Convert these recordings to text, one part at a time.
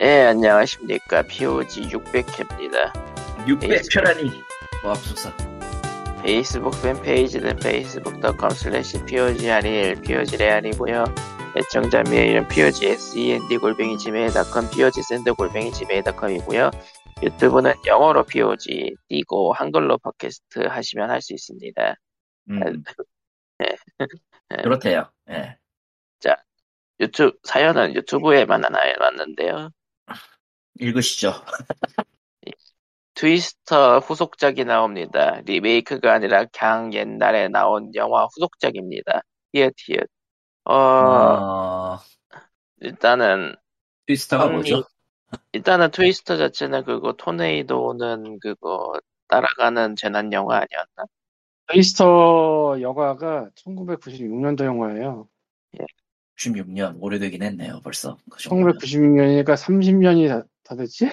예, 안녕하십니까. POG 600회입니다. 네. 600표라니 맙소사 페이스북 팬페이지는 facebook.com slash POG 아리엘, POG 레알이고요 네 애청자 메일은 POG SEND E 골뱅이 지메일.com, POG 샌드 골뱅이 지메일.com이고요. 유튜브는 영어로 POG 띄고 한글로 팟캐스트 하시면 할 수 있습니다. 음. 네. 그렇대요 예. 유튜브, 사연은 유튜브에만 하나 맞는데요. 읽으시죠 트위스터 후속작이 나옵니다. 리메이크가 아니라 강 옛날에 나온 영화 후속작입니다. 히읗히읗. 아. 어, 어... 일단은, 트위스터가 음. 언니. 뭐죠? 일단은 트위스터 자체는 그거 토네이도는 그거 따라가는 재난 영화 아니었나? 트위스터 영화가 1996년도 영화예요. 96년 오래되긴 했네요 벌써 그 정도면. 1996년이니까 30년이 다, 다 됐지?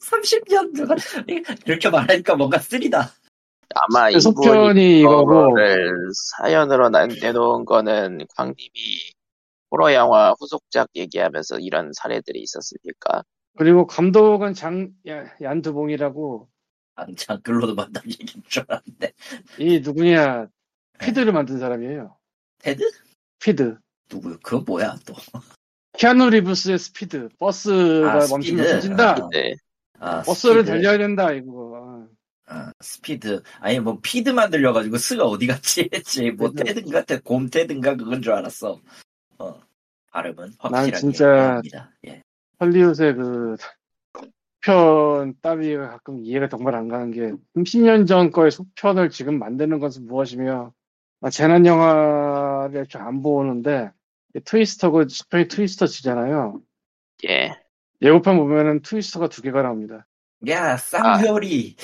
30년 누가 이렇게 말하니까 뭔가 쓰리다 아마 네. 그 이분이 속편이 이거고 이거를 사연으로 난- 내놓은 거는 광님이 호러 영화 후속작 얘기하면서 이런 사례들이 있었으니까. 그리고 감독은 장 야- 얀드봉이라고 안창 글로도 만난 얘기인 줄 알았는데 이 누구냐 피드를 만든 사람이에요. 테드? 피드. 누구요? 그건 뭐야 또 키아누 리브스의 스피드. 버스가 아, 멈추면 스피드. 터진다. 아, 네. 아, 버스를 스피드. 달려야 된다 이거. 어. 아, 스피드 아니 뭐 피드만 들려가지고 스가 어디 갔지 했지 뭐 그죠. 테든가 테- 곰 테든가 그건 줄 알았어 어 발음은 확실하게 진짜- 합니다 예 헐리우드의 그 속편 따위가 가끔 이해가 정말 안 가는 게 30년 전 거의 속편을 지금 만드는 것은 무엇이며 아, 재난 영화를 애초에 안 보는데 이 트위스터고 속편이 트위스터지잖아요. 예. 예고편 보면은 트위스터가 두 개가 나옵니다. 야, 쌍별이.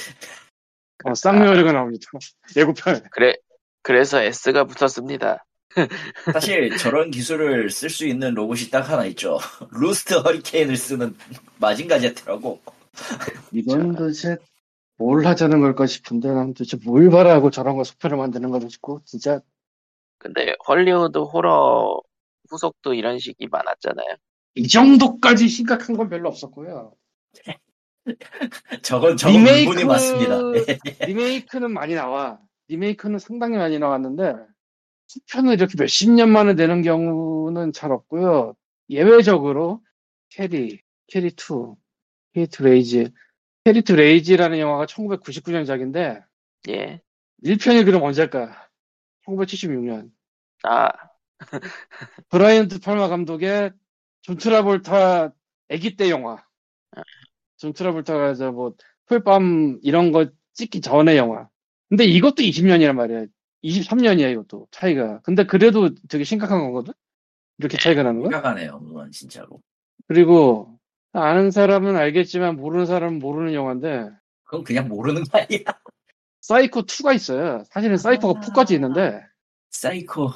어, 쌍묘리가 나옵니다. 예고편에. 그래, 그래서 S가 붙었습니다. 사실 저런 기술을 쓸 수 있는 로봇이 딱 하나 있죠. 루스트 허리케인을 쓰는 마징가 제트라고. 이건 도대체 뭘 하자는 걸까 싶은데 난 도대체 뭘 바라고 저런 거 속편을 만드는 거도 싶고 진짜 근데 헐리우드 호러 후속도 이런 식이 많았잖아요. 이 정도까지 심각한 건 별로 없었고요. 저건 저건 리메이크- 물분이 맞습니다. 예. 리메이크는 많이 나와. 리메이크는 상당히 많이 나왔는데, 수편은 이렇게 몇십 년 만에 되는 경우는 잘 없고요. 예외적으로, 캐리, 캐리2, 캐리2 레이지. 캐리2 레이지라는 영화가 1999년작인데, 예. 1편이 그럼 언제일까? 1976년. 아, 브라이언 드 팔마 감독의 존 트라볼타 아기 때 영화. 존 트라볼타가 저뭐 풀밤 이런 거 찍기 전의 영화. 근데 이것도 20년이란 말이야. 23년이야 이것도 차이가. 근데 그래도 되게 심각한 거거든. 이렇게 차이가 나는 거야. 생각하네요, 그건 진짜로. 그리고 아는 사람은 알겠지만 모르는 사람은 모르는 영화인데 그건 그냥 모르는 거 아니야. 사이코 2가 있어요. 사실은 사이코가 4까지 있는데 사이코.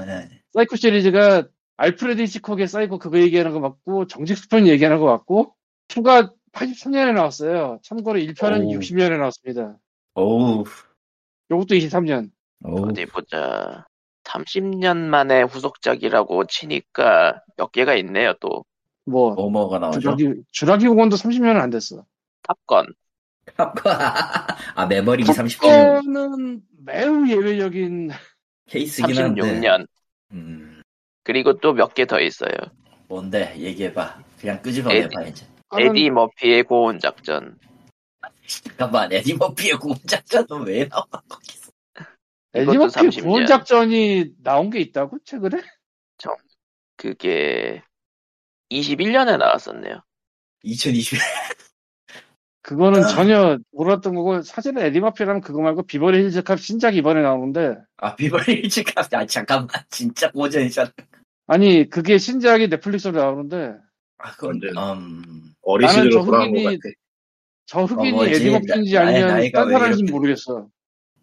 예. 사이코 시리즈가 알프레드 히치콕의 사이코 그거 얘기하는 거 맞고 정직 수편 얘기하는 거 맞고 2가 83년에 나왔어요. 참고로 1편은 오. 60년에 나왔습니다. 오우. 요것도 23년. 오우. 어디 보자. 30년 만에 후속작이라고 치니까 몇 개가 있네요, 또. 뭐 뭐뭐가 나오죠? 주라기 주라기 복원도 30년은 안 됐어. 탑건. 아, 메모리 30년 탑건은 매우 예외적인 케이스긴 한데. 36년. 음, 그리고 또 몇 개 더 있어요. 뭔데? 얘기해봐. 그냥 끄집어내봐, 이제. 에디 머피의 고온 작전. 잠깐만, 에디 머피의 공작자는 왜 나와? 이것도 엘리버피 30년. 구원 작전이 나온 게 있다고 최근에? 그게 21년에 나왔었네요. 2020. 그거는 전혀 몰랐던 거고 사실은 엘리버피라면 그거 말고 비버리 힐즈 캅 신작 이번에 나오는데 아, 비버리 힐즈 카 아, 잠깐만. 진짜 고전이잖아. 아니 그게 신작이 넷플릭스로 나오는데 아, 그건, 음. 어린 나는 시절로 저 돌아간 것 흑인이- 같아. 저 흑인이 어머지, 뭐 에디머피인지 나- 나의 아니면 나이가 딴 왜 사람인지 이렇게- 모르겠어.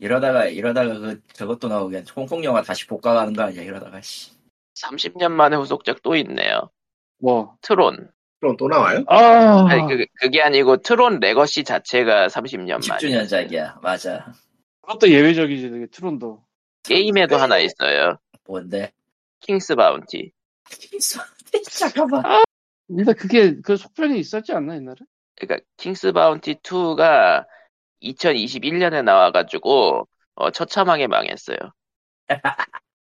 이러다가, 이러다가 그, 저것도 나오게. 홍콩 영화 다시 복각하는 거 아니야, 이러다가, 씨. 30년 만에 후속작 또 있네요. 뭐. 트론. 그럼 또 나와요? 아, 아니, 그, 그게 아니고 트론 레거시 자체가 30년 만에. 10주년작이야. 맞아. 그것도 예외적이지, 되게 트론도. 게임에도 하나 있어요. 뭔데? 킹스 바운티. 잠깐만. 근데 그게 그 속편이 있었지 않나 옛날에? 그러니까 킹스 바운티 2가 2021년에 나와가지고 어, 처참하게 망했어요.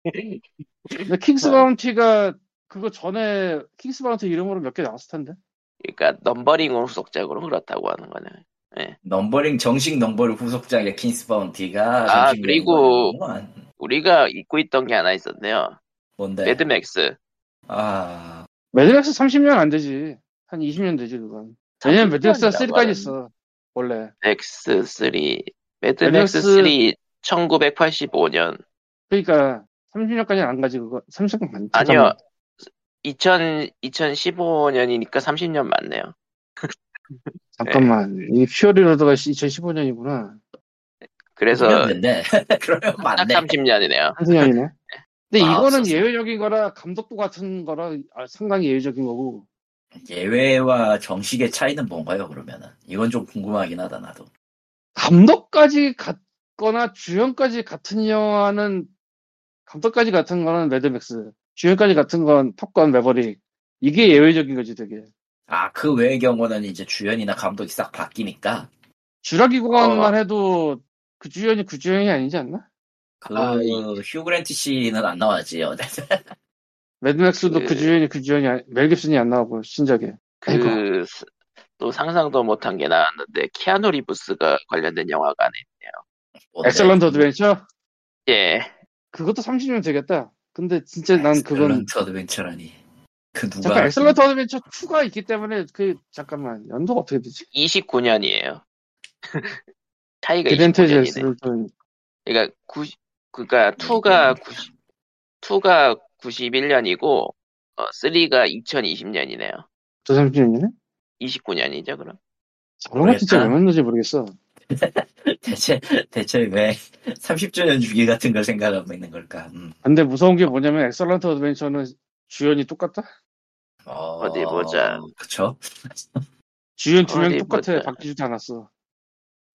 근데 킹스 뭐. 바운티가 그거 전에 킹스 바운티 이름으로 몇 개 나왔을 텐데. 그러니까 넘버링 후속작으로 그렇다고 하는 거네. 넘버링 정식 넘버를 후속작의 킹스 바운티가 아, 정식 그리고- 넘버링이구만. 우리가 잊고 있던 게 하나 있었네요. 뭔데? 매드맥스. 아 매드맥스 30년 안 되지. 한 20년 되지 그건. 왜냐면 매드맥스가 3까지 있어. 원래. 맥스 3. 매드맥스 매드맥스 3 1985년. 그러니까 30년까지는 안 가지 그거. 30년 안 아니요. 예. 2000, 2015년이니까 30년 맞네요. 잠깐만. 이 퓨어리 로드가 2015년이구나. 그래서 3년 됐네. 그러면 딱 맞네. 30년이네요. 한 3년이네. 근데 아, 이거는 없었어. 예외적인 거라 감독도 같은 거라 아, 상당히 예외적인 거고. 예외와 정식의 차이는 뭔가요? 그러면은 이건 좀 궁금하긴 하다 나도. 감독까지 같거나 주연까지 같은 영화는 감독까지 같은 거는 매드맥스, 주연까지 같은 건 탑건 매버릭. 이게 예외적인 거지 되게. 아 그 외의 경우는 이제 주연이나 감독이 싹 바뀌니까 주라기 공항만 어. 해도 그 주연이 그 주연이 아니지 않나? 그 아, 휴그랜트 씨는 안 나왔지 어쨌든. 매드맥스도 그 그- 주연이 그 주연이 아니, 멜 깁슨이 안 나오고 신작에. 아이고. 그, 스- 또 상상도 못한 게 나왔는데, 키아누 리브스가 관련된 영화가 안에 있네요. 뭔데? 엑셀런트 어드벤처? 예. 그것도 30년 되겠다. 근데 진짜 난 그건 엑셀런트 어드벤처라니. 그 누가 잠깐 엑셀런트 어드벤처 2가 있기 때문에 그 잠깐만 연도가 어떻게 되지? 29년이에요. 차이가 디벤테지 29년이네. 엑셀런트 그러니까 90, 그러니까 2가 90, 2가 91년이고 어, 3가 2020년이네요. 저 30년이네? 29년이죠, 그럼. 저런 거 진짜 왜 모르겠다. 만든지 모르겠어. 대체 대체 왜 30주년 주기 같은 걸 생각하고 있는 걸까? 음. 근데 무서운 게 뭐냐면 엑설런트 어드벤처는 주연이 똑같다? 어, 어디 보자. 그쵸? 주연 두 명 네, 어디 똑같아. 보자. 바뀌지도 않았어.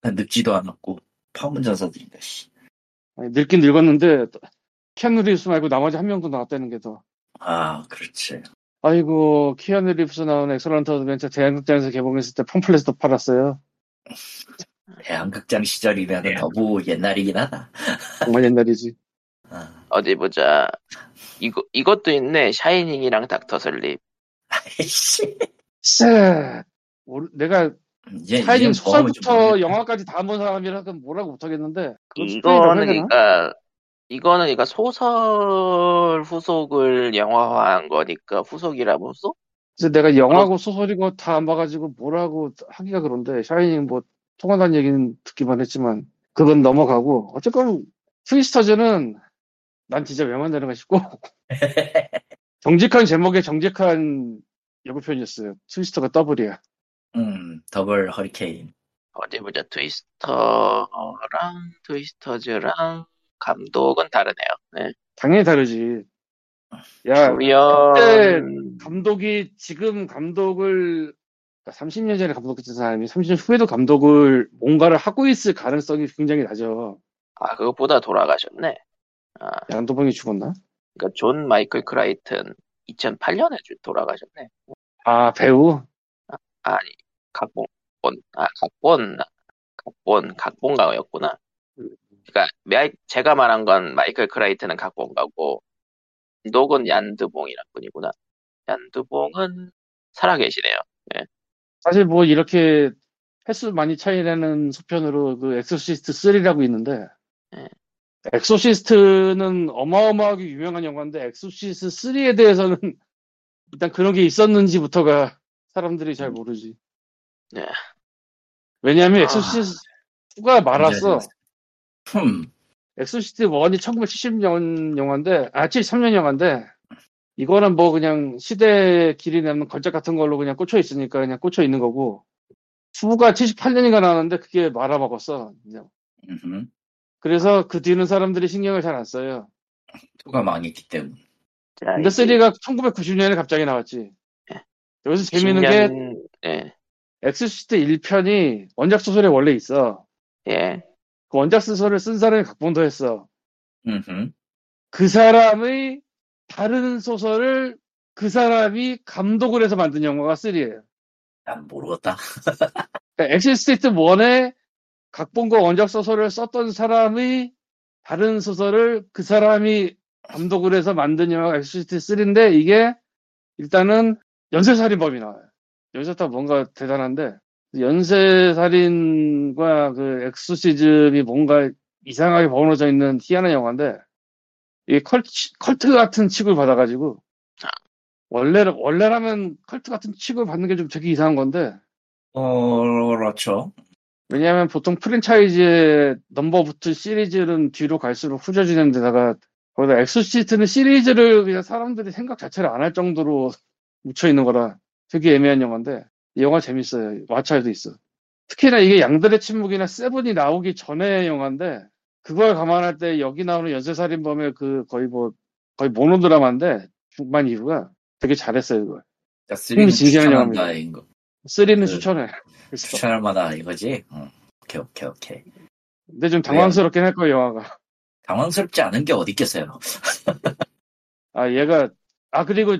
늙지도 않았고 파문전사들인가 씨. 아니, 늙긴 늙었는데 키아누 리브스 말고 나머지 한 명도 나왔다는 게 더. 아 그렇지. 아이고 키아누 리브스 나온 엑설런트 어드벤처 대한극장에서 개봉했을 때 팜플렛도 팔았어요. 대한극장 시절이면 네. 은 너무 옛날이긴 하다. 정말 옛날이지. 아, 어디 보자. 이거 이것도 있네. 샤이닝이랑 닥터 슬립. 아이씨. 쎄. 모르- 내가 이제 타이밍 예, 이름 범은 좀 소설부터 모르겠다. 영화까지 다 본 사람이라 그 뭐라고 못하겠는데 음, 그건 스포일러라고 이거는 해야 되나? 그러니까 이거는 그러니까 소설 후속을 영화화한 거니까 후속이라고 후속? 그래서 내가 영화고 소설이고 다 안 봐가지고 뭐라고 하기가 그런데 샤이닝 뭐 통하다는 얘기는 듣기만 했지만 그건 넘어가고 어쨌건 트위스터즈는 난 진짜 왜 만드는가 싶고 정직한 제목에 정직한 예고 표현이었어요. 트위스터가 더블이야. 음 더블 허리케인. 어디 보자. 트위스터랑 트위스터즈랑 감독은 다르네요. 네. 당연히 다르지. 야 주연 감독이 지금 감독을 그러니까 30년 전에 감독했던 사람이 30년 후에도 감독을 뭔가를 하고 있을 가능성이 굉장히 낮아. 아, 그것보다 돌아가셨네. 양도봉이 죽었나? 그러니까 존 마이클 크라이튼 2008년에 돌아가셨네. 아 배우 아니 각본 아 각본 각본 각본가였구나. 그러니까 마이- 제가 말한 건 마이클 크라이튼은 각본가고 감독은 얀드봉이란 분이구나. 얀드봉은 살아계시네요. 사실 뭐 이렇게 횟수 많이 차이나는 소편으로 그 엑소시스트 3라고 있는데 네. 엑소시스트는 어마어마하게 유명한 영화인데 엑소시스트 3에 대해서는 일단 그런 게 있었는지부터가 사람들이 잘 모르지. 음. 네. 왜냐하면 아. 엑소시스트가 말았어. 흠. 엑소시스트 1이 1970년 영화인데, 아, 73년 영화인데, 이거는 뭐 그냥 시대에 길이 남는 걸작 같은 걸로 그냥 꽂혀 있으니까 그냥 꽂혀 있는 거고, 2가 78년인가 나왔는데 그게 말아먹었어. 그냥. 음흠. 그래서 그 뒤는 사람들이 신경을 잘 안 써요. 투가 망했기 때문에. 자, 근데 이제 3가 1990년에 갑자기 나왔지. 여기서 재밌는 게, 10년 예. 엑소시스트 1편이 원작 소설에 원래 있어. 예. 그 원작 소설을 쓴 사람이 각본도 했어. 음흠. 그 사람의 다른 소설을 그 사람이 감독을 해서 만든 영화가 3예요. 난 모르겠다. 그러니까 엑시스테이트 1의 각본과 원작 소설을 썼던 사람이 다른 소설을 그 사람이 감독을 해서 만든 영화가 엑시스테이트 3인데 이게 일단은 연쇄살인범이 나와요. 연쇄타 뭔가 대단한데 연쇄살인과 그 엑소시즘이 뭔가 이상하게 버무려져 있는 희한한 영화인데 이게 컬트, 컬트 같은 취급을 받아가지고 원래 원래라면 컬트 같은 취급을 받는 게 좀 되게 이상한 건데 어, 그렇죠. 왜냐하면 보통 프랜차이즈의 넘버 붙은 시리즈는 뒤로 갈수록 후져지는 데다가 거기다 엑소시스트는 시리즈를 그냥 사람들이 생각 자체를 안 할 정도로 묻혀있는 거라 되게 애매한 영화인데 이 영화 재밌어요. 마차에도 있어. 특히나 이게 양들의 침묵이나 세븐이 나오기 전의 영화인데 그걸 감안할 때 여기 나오는 연쇄살인범의 그 거의 뭐 거의 모노드라마인데 중반 이후가 되게 잘했어요 이걸. 그러니까 쓰리는 진지한 추천한다 영화입니다. 이거 3는 그- 추천해. 그래서. 추천할 만한 이거지. 응. 오케이 오케이 오케이. 근데 좀 당황스럽긴 할 거예요 영화가. 당황스럽지 않은 게 어디 있겠어요. 아 얘가 아 그리고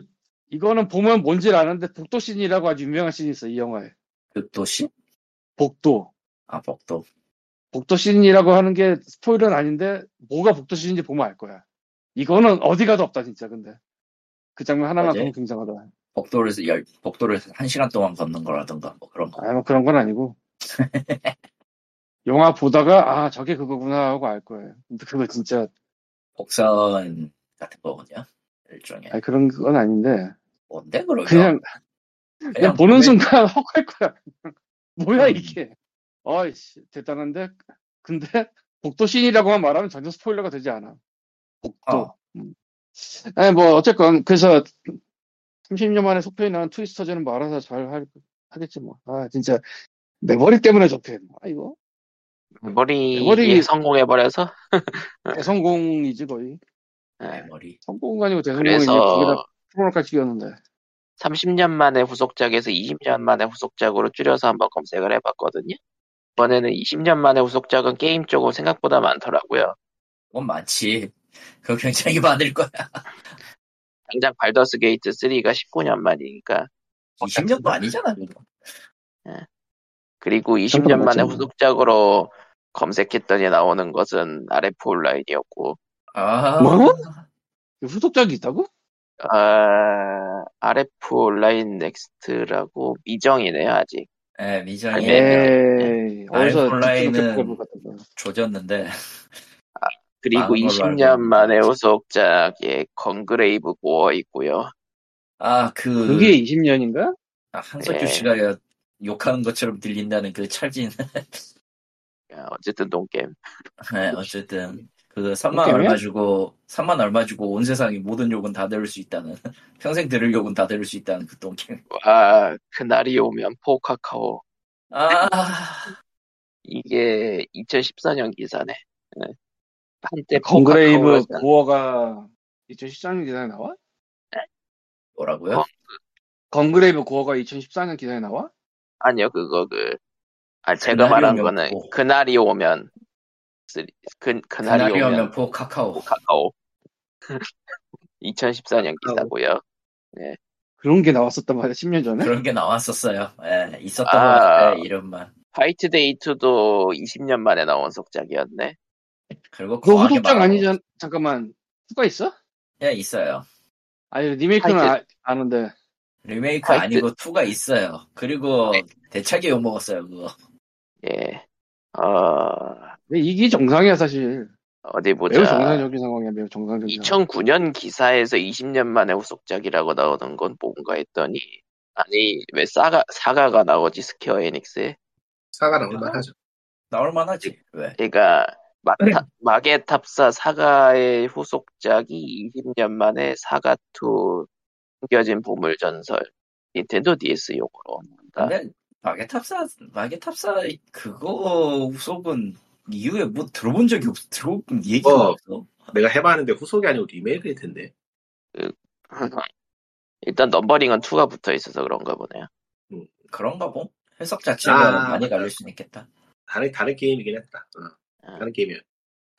이거는 보면 뭔지 아는데 복도 씬이라고 아주 유명한 씬이 있어 이 영화에. 그 도시? 복도. 아 복도. 복도 씬이라고 하는 게 스포일러는 아닌데 뭐가 복도 씬인지 보면 알 거야. 이거는 어디 가도 없다 진짜 근데. 그 장면 하나만큼 어제? 굉장하다. 복도를 열 복도를 한 시간 동안 걷는 거라든가 뭐 그런 거. 아, 뭐 그런 건 아니고. 영화 보다가, 아, 저게 그거구나 하고 알 거예요. 근데 그거 진짜, 복선 같은 거군요. 일종의. 아 그런 건 아닌데. 뭔데 그러면? 그냥, 그냥 그냥 보는 보면- 순간 헉 할 거야. 뭐야, 이게. 어이씨, 아, 음. 대단한데? 근데, 복도 씬이라고만 말하면 전혀 스포일러가 되지 않아. 복도. 어. 음. 아니, 뭐, 어쨌건, 그래서, 30년 만에 속편이 나온 트위스터즈는 뭐 알아서 잘 할- 하겠지, 뭐. 아, 진짜, 내 머리 때문에 좋대. 아, 이거. 머리 머리- 성공해버려서 아. 예. 대성공이지, 거의. 내 아, 머리. 성공은 아니고 대성공이 이제 거기다 그래서 프로까지 끼웠는데 30년 만에 후속작에서 20년 만에 후속작으로 줄여서 한번 검색을 해봤거든요. 이번에는 20년 만에 후속작은 게임 쪽은 생각보다 많더라고요. 그건 많지. 그거 굉장히 많을 거야. 당장 발더스 게이트 3가 19년 만이니까 20년도 아니잖아. 그거. 그리고 20년 잠깐만, 만에 잠깐만. 후속작으로 검색했더니 나오는 것은 RF 온라인이었고 아. 뭐? 후속작이 있다고? 아, RF 온라인 넥스트라고 미정이네요 아직 예, 네. 미정이 예. 에이 어디서 온라인은- 듣지도 못해본 것 같은데. 조졌는데 그리고 많은 걸로 알고 20년 있는데. 만에 후속작에 건그레이브 고어 있고요 아그 그게 20년인가? 한석규 네. 예. 씨가 여- 아, 욕하는 것처럼 들린다는 그 찰진 아, 어쨌든 논겜 네, 어쨌든 그 3만 그렇게 얼마 하면? 주고 3만 얼마 주고 온 세상의 모든 욕은 다 들을 수 있다는 평생 들을 욕은 다 들을 수 있다는 그 똥캠 와 아, 그날이 오면 포 카카오 아 이게 2014년 기사네 네. 한때 포 예, 건그레이브 카카오였던- 고어가 2014년 기사에 나와? 뭐라고요? 어, 건그레이브 고어가 2014년 기사에 나와? 아니요, 그거 그, 아, 제가 그날이 말한 오면 거는 뭐. 그날이 오면 쓰리- 그, 그날이, 그날이 오면, 오면 포 카카오 카카오 2014년 기사고요. 그런 게 나왔었단 말이야 10년 전에? 그런 게 나왔었어요. 예, 있었던 것 아. 같아요. 이름만 화이트 데이트도 20년 만에 나온 속작이었네. 그리고 그거 과하게 후속작 말하고. 아니잖아 잠깐만 후가 있어? 예, 있어요. 아니 리메이크는 하여튼. 아, 는데 리메이크 화이트. 아니고 2가 있어요. 그리고 네. 대차게 욕먹었어요, 그거. 예. 어, 근데 이게 정상이야 사실 어디 보자. 매우 정상적인 상황이야 매우 정상적인 상황 2009년 기사에서 20년 만에 후속작이라고 나오는 건 뭔가 했더니, 아니, 왜 사가, 사가가 나오지, 스퀘어 에닉스에? 사가 나올만하죠. 네. 나올만하지. 왜? 그러니까 마타, 마계 탑사 사가의 후속작이 20년 만에 사가2 숨겨진 보물 전설 닌텐도 DS 용으로 나온다. 아, 근데 마게탑사 마게탑사 그거 속은 이후에 뭐 들어본 적이 없어 들어본 얘기가 어. 없어 내가 해봤는데 후속이 아니고 리메이크일 텐데. 일단 넘버링은 2가 붙어 있어서 그런가 보네요. 그런가 봄 해석 자체가 아, 많이 맞다. 갈릴 수는 있겠다 다른 다른 게임이긴 했다. 어, 아. 다른 게임이야.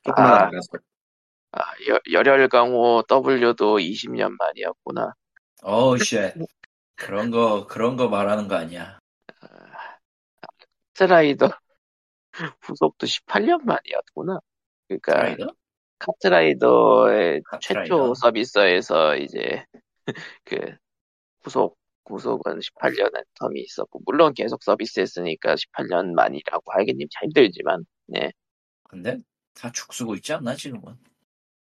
조금만 아, 알아서. 아, 여- 열혈강호 W도 20년 만이었구나. 어우 쉣 그런 거 그런 거 말하는 거 아니야 카트라이더 후속도 18년 만이었구나. 그러니까 라이더? 카트라이더의 카트라이더. 최초 서비스에서 이제 그 후속 구속은 18년의 텀이 있었고 물론 계속 서비스했으니까 18년 만이라고 하긴 힘들지만 네. 근데 다 죽쓰고 있지 않나 지금은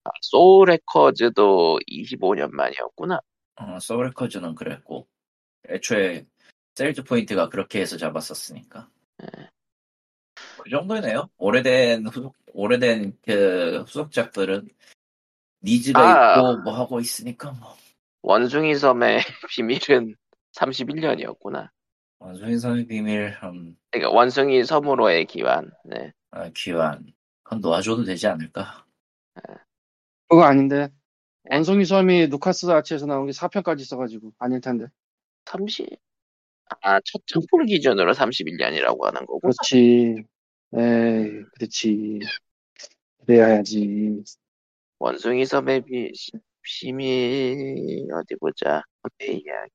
아, 소울 레커즈도 25년 만이었구나. 어, 서브레커즈는 그랬고 애초에 세일즈 포인트가 그렇게 해서 잡았었으니까 그 정도네요 오래된 후속 오래된 그 후속작들은 니즈가 아. 있고 뭐 하고 있으니까 뭐 원숭이 섬의 비밀은 31년이었구나. 원소인성의 비밀 음, 그러니까 원숭이 섬으로의 기환. 네. 아, 귀환 그건 놓아줘도 되지 않을까 그거 아닌데. 원숭이 섬이 루카스 아치에서 나온 게 4편까지 있어가지고 아닐 텐데. 30 아, 첫 정품 기준으로 31년이라고 하는 거구나. 그렇죠. 그렇지. 에이, 그렇지. 그래야 하지. 원숭이 섬의 비, 심이 어디 보자 내 이야기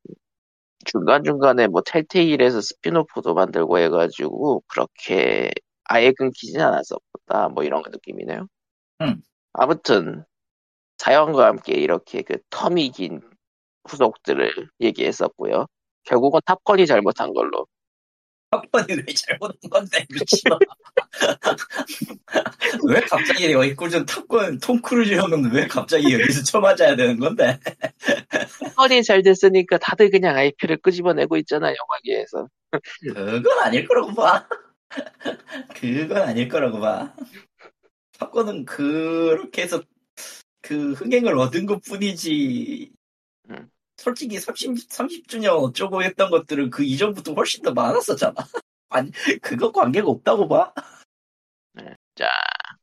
중간중간에 뭐 텔테일에서 스피노프도 만들고 해가지고 그렇게 아예 끊기진 않았었다 뭐 이런 느낌이네요 음. 아무튼 자연과 함께 이렇게 그 텀이 긴 후속들을 얘기했었고요 결국은 탑건이 잘못한 걸로 학번이 왜 잘못한 건데 미친놈 왜 갑자기 여기 꿀좀 탑건 톰 크루즈 형은 왜 갑자기 여기서 쳐맞아야 되는 건데 탑건이 잘 됐으니까 다들 그냥 IP를 끄집어내고 있잖아 영화계에서 그건 아닐 거라고 봐 그건 아닐 거라고 봐 탑건은 그렇게 해서 그 흥행을 얻은 것 뿐이지 음. 솔직히 30, 30주년 어쩌고 했던 것들은 그 이전부터 훨씬 더 많았었잖아 아니 그거 관계가 없다고 봐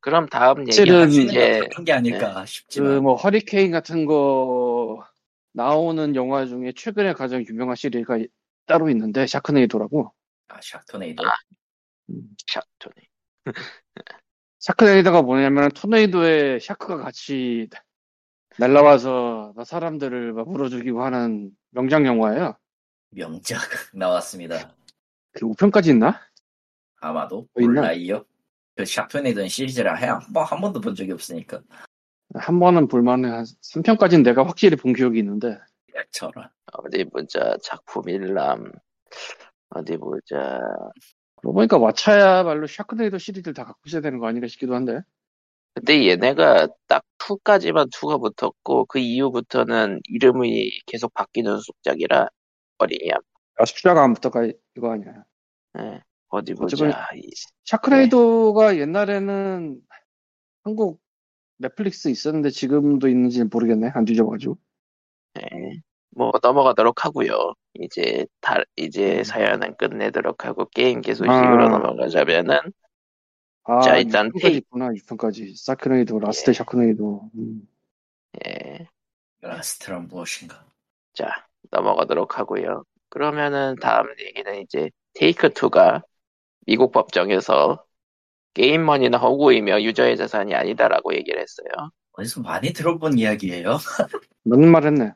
그럼 다음 실은 예. 얘기는 하시는 이제 그런 게 아닐까 그, 싶지만 뭐, 허리케인 같은 거 나오는 영화 중에 최근에 가장 유명한 시리즈가 이- 따로 있는데, 샤크네이도라고. 아 샤토네이도 아. 샤톤이 샤크네이도가 뭐냐면, 토네이도에 샤크가 같이 날라와서 막 사람들을 막 물어 죽이고 하는 명작 영화예요. 명작 나왔습니다. 그 5편까지 있나? 아마도 뭐 있나? 몰라요. 그 샤토네이도는 시리즈라 해한번한 번도 본 적이 없으니까 한 번은 볼만해. 한 3편까지는 내가 확실히 본 기억이 있는데, 저런 어디 보자 작품 일람 어디 보자 그러고 보니까 와차야말로 샤크네이도 시리즈를 다 갖고 있어야 되는 거 아닌가 싶기도 한데, 근데 얘네가 딱 2까지만 2가 붙었고 그 이후부터는 이름이 계속 바뀌는 속작이라 어린이 안 아, 숫자가 안 붙을까, 이거 아니야. 예. 어디 어쨌건- 보자 이- 샤크레이도가 옛날에는 한국 넷플릭스 있었는데 지금도 있는지 모르겠네. 안 뒤져봐가지고. 예. 뭐 넘어가도록 하고요 이제 다 이제 사연은 끝내도록 하고 게임기 소식으로 음. 아. 넘어가자면은 아, 자, 일단 예. 6편까지 페이- 있구나. 6편까지. 샤크레이도, 라스트 샤크레이도. 음. 예. 라스트란 무엇인가? 자, 넘어가도록 하고요. 그러면은 다음 얘기는 이제 테이크 2가 미국 법정에서 게임머니는 허구이며 유저의 자산이 아니다라고 얘기를 했어요. 어디서 많이 들어본 이야기예요. 맞는 말 했네.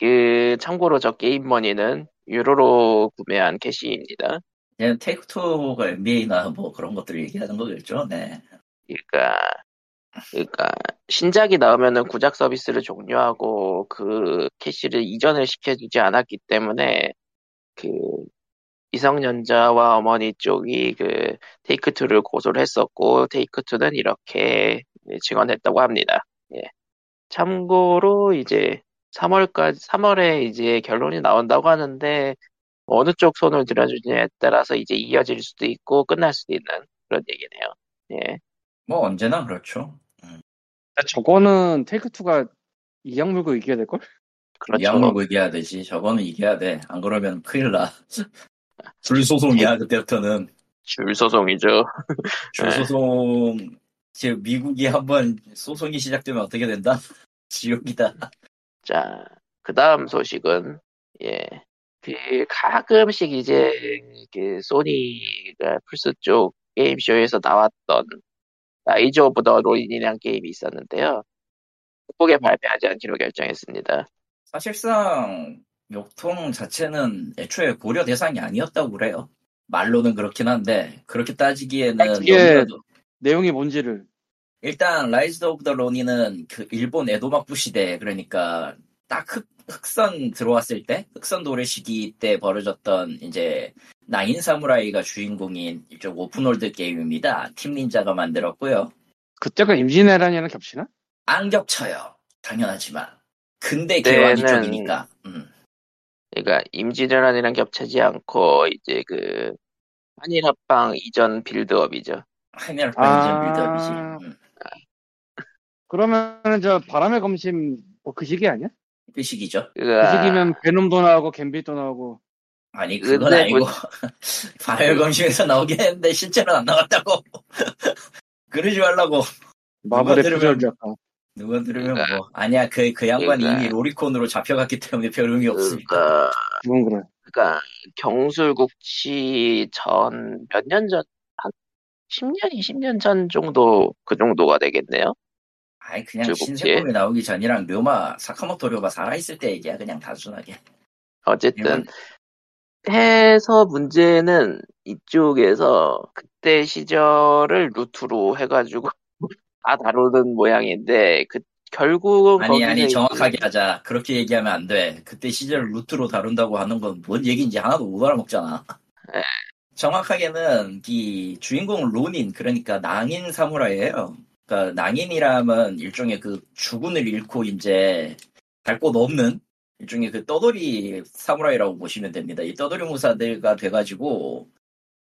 그 참고로 저 게임머니는 유로로 구매한 캐시입니다. 그냥 테이크투가 NBA나 뭐 그런 것들 얘기하는 거겠죠. 네. 그러니까 그러니까 신작이 나오면은 구작 서비스를 종료하고 그 캐시를 이전을 시켜주지 않았기 때문에 그 미성년자와 어머니 쪽이 그 테이크 2를 고소를 했었고 테이크 2는 이렇게 증언했다고 합니다. 예. 참고로 이제 3월까지 3월에 이제 결론이 나온다고 하는데 어느 쪽 손을 들어주냐에 따라서 이제 이어질 수도 있고 끝날 수도 있는 그런 얘기네요. 예. 뭐 언제나 그렇죠. 저거는 테이크2가 이양 물고 이겨야 될걸? 그렇죠. 양목 이겨야 되지. 저거는 이겨야 돼. 안 그러면 큰일 나. 불소송이야 그때부터는. 줄 소송이죠. 네. 줄소송 지금 미국이 한번 소송이 시작되면 어떻게 된다? 지옥이다. 자, 그 다음 소식은, 예. 그, 가끔씩 이제, 그, 소니가 플스 쪽 게임쇼에서 나왔던, 라이즈 오브 음. 더 로인이라는 게임이 있었는데요. 극복에 발매하지 않기로 결정했습니다. 사실상 욕통 자체는 애초에 고려 대상이 아니었다고 그래요. 말로는 그렇긴 한데 그렇게 따지기에는 이게- 너무나도- 내용이 뭔지를 일단 라이즈 오브 더 로니는 그 일본 에도막부 시대 그러니까 딱 흑, 흑선 들어왔을 때 흑선 도래 시기 때 벌어졌던 이제 나인 사무라이가 주인공인 일종 오픈월드 게임입니다. 팀 닌자가 만들었고요. 그때가 임진왜란이랑 겹치나? 안 겹쳐요. 당연하지만 근대 네, 개화이 네. 쪽이니까. 음. 그러니까 임진왜란이랑 겹치지 않고 이제 그 한일합방 이전 빌드업이죠. 하이네라 아. 빌드업이지. 음. 그러면 저 바람의 검심 뭐 그 시기 아니야? 그 시기죠. 그 그가 시기면 베놈도 나오고 갬빗도 나오고 아니 그건 근데 아니고 뭐- 바열검심에서 나오긴 했는데 실제로는 안 나왔다고. 그러지 말라고. 마블의 들으면- 부절작가 누가 들으면 그러니까. 뭐 아니야 그 그 양반 이 그러니까. 이미 로리콘으로 잡혀갔기 때문에 별 의미 없으니까 그가 그건 그래. 그러니까 경술국치 전 몇 년 전 한 10년 20년 전 정도 그 정도가 되겠네요. 아니 그냥 제곱지. 신세범이 나오기 전이랑 료마 사카모토 료마 살아있을 때 얘기야 그냥 단순하게 어쨌든 일본- 예. 해서 문제는 이쪽에서 그때 시절을 루트로 해가지고 다 다루는 모양인데 그 결국은 아니 거기서 아니 이제 정확하게 하자 그렇게 얘기하면 안 돼 그때 시절 루트로 다룬다고 하는 건 뭔 얘기인지 하나도 못 알아먹잖아 에. 정확하게는 이 주인공 로닌 그러니까 낭인 사무라이예요 그러니까 낭인이라면 일종의 그 주군을 잃고 이제 갈 곳 없는 일종의 그 떠돌이 사무라이라고 보시면 됩니다. 이 떠돌이 무사들과 돼가지고